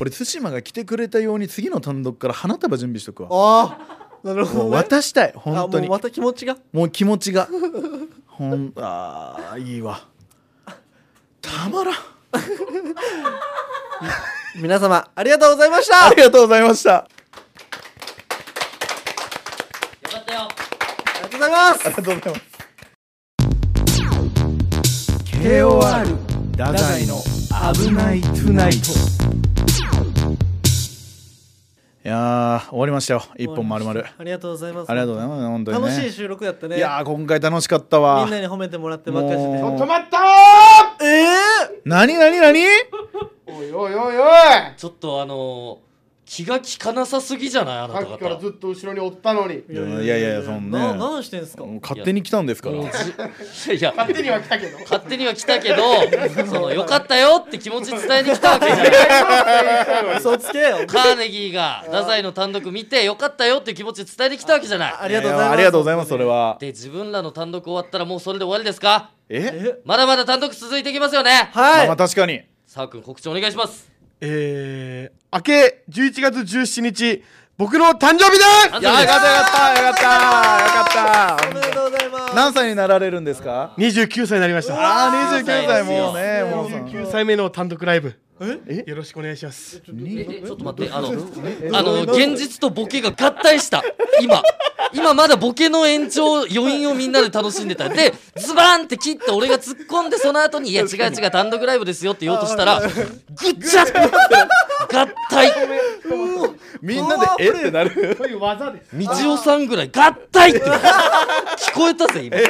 [SPEAKER 1] 俺対馬が来てくれたように次の単独から花束準備しとくわ
[SPEAKER 2] ああなるほ
[SPEAKER 1] も
[SPEAKER 2] ど
[SPEAKER 1] う
[SPEAKER 2] ね
[SPEAKER 1] 渡したい
[SPEAKER 2] あ
[SPEAKER 1] 本
[SPEAKER 2] も
[SPEAKER 1] 当
[SPEAKER 2] う
[SPEAKER 1] に
[SPEAKER 2] また気持ちが
[SPEAKER 1] もう気持ちがほんあーいいわたまらん
[SPEAKER 2] 皆様ありがとうございました
[SPEAKER 1] ありがとうございました
[SPEAKER 5] よかったよ
[SPEAKER 2] ありがとうございます
[SPEAKER 1] ありがとうございます KOR 太宰の危ないトゥナイトいやー終わりましたよ一本丸々あり
[SPEAKER 2] ありがとうございます
[SPEAKER 1] がとうございます本当にね
[SPEAKER 2] 楽しい収録やったね
[SPEAKER 1] いやー今回楽しかったわ
[SPEAKER 2] みんなに褒めてもらってばっかりして
[SPEAKER 1] もう
[SPEAKER 2] て
[SPEAKER 1] 止まっ
[SPEAKER 2] ええ
[SPEAKER 1] 何何何
[SPEAKER 5] ちょっとあのー気が利かなさすぎじゃないあな
[SPEAKER 6] さ
[SPEAKER 5] た
[SPEAKER 6] っきから
[SPEAKER 5] 方
[SPEAKER 6] ずっと後ろにおったのに
[SPEAKER 1] いやいやいやそん
[SPEAKER 7] な
[SPEAKER 1] ね
[SPEAKER 7] 何してんすか
[SPEAKER 1] もう勝手に来たんですから
[SPEAKER 5] もうじいや
[SPEAKER 6] 勝手には来た
[SPEAKER 1] *laughs*
[SPEAKER 6] けど
[SPEAKER 5] 勝手には来たけどそのよかったよって気持ち伝えに来たわけじゃない
[SPEAKER 7] 嘘つけよ
[SPEAKER 5] カーネギーが太宰の単独見てよかったよっていう気持ち伝えに来たわけじゃない
[SPEAKER 7] ありがとうござい
[SPEAKER 1] や
[SPEAKER 7] ます
[SPEAKER 1] やありがとうございますそれは
[SPEAKER 5] で自分らの単独終わったらもうそれで終わりですか
[SPEAKER 1] え
[SPEAKER 7] え
[SPEAKER 5] まだまだ単独続いていきますよね
[SPEAKER 1] ま
[SPEAKER 7] は
[SPEAKER 1] あ
[SPEAKER 7] い
[SPEAKER 1] まあ確かに
[SPEAKER 5] さあくん告知お願いします
[SPEAKER 6] えー、明け11月17日僕の誕生日です
[SPEAKER 5] なんとです
[SPEAKER 1] ったよかったよかった
[SPEAKER 7] おめでとうございます
[SPEAKER 1] 何歳になられるんですか
[SPEAKER 6] 29歳になりました
[SPEAKER 1] ああ29歳もうね
[SPEAKER 7] そう
[SPEAKER 1] もう
[SPEAKER 7] ですよ
[SPEAKER 1] さ
[SPEAKER 6] 29歳目の単独ライブえよろしくお願いします
[SPEAKER 5] えちょっと待ってあのあの現実とボケが合体した今今まだボケの延長余韻をみんなで楽しんでたでズバーンって切って俺が突っ込んでその後に「いや違う違う単独ライブですよ」って言おうとしたらぐっちゃって合体
[SPEAKER 1] みんなでえってなる
[SPEAKER 6] そういう技です
[SPEAKER 5] みちおさんぐらい合体って聞こえたぜ今びっ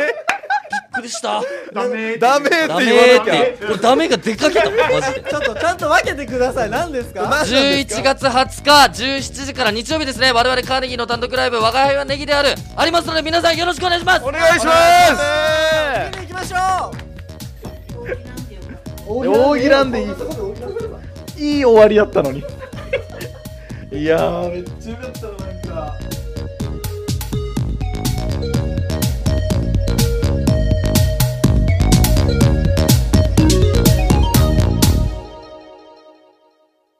[SPEAKER 5] く
[SPEAKER 1] *laughs*
[SPEAKER 5] りした
[SPEAKER 6] ダメ
[SPEAKER 1] ダメって言
[SPEAKER 5] ダ
[SPEAKER 1] わ
[SPEAKER 5] メ
[SPEAKER 1] な
[SPEAKER 5] ーっ
[SPEAKER 1] きゃ
[SPEAKER 5] て俺ダメが出かけたマジで
[SPEAKER 7] ちょっとちゃんと分けてください何ですか
[SPEAKER 5] 11月20日17時から日曜日ですね我々カーネギーの単独ライブ「我が輩はネギである」ありますので皆さんよろしくお願いします
[SPEAKER 1] お願いします
[SPEAKER 7] 見に行きましょ
[SPEAKER 1] 大喜らんでいい *laughs* いい終わりだったのにいやーめっちゃよかったななんか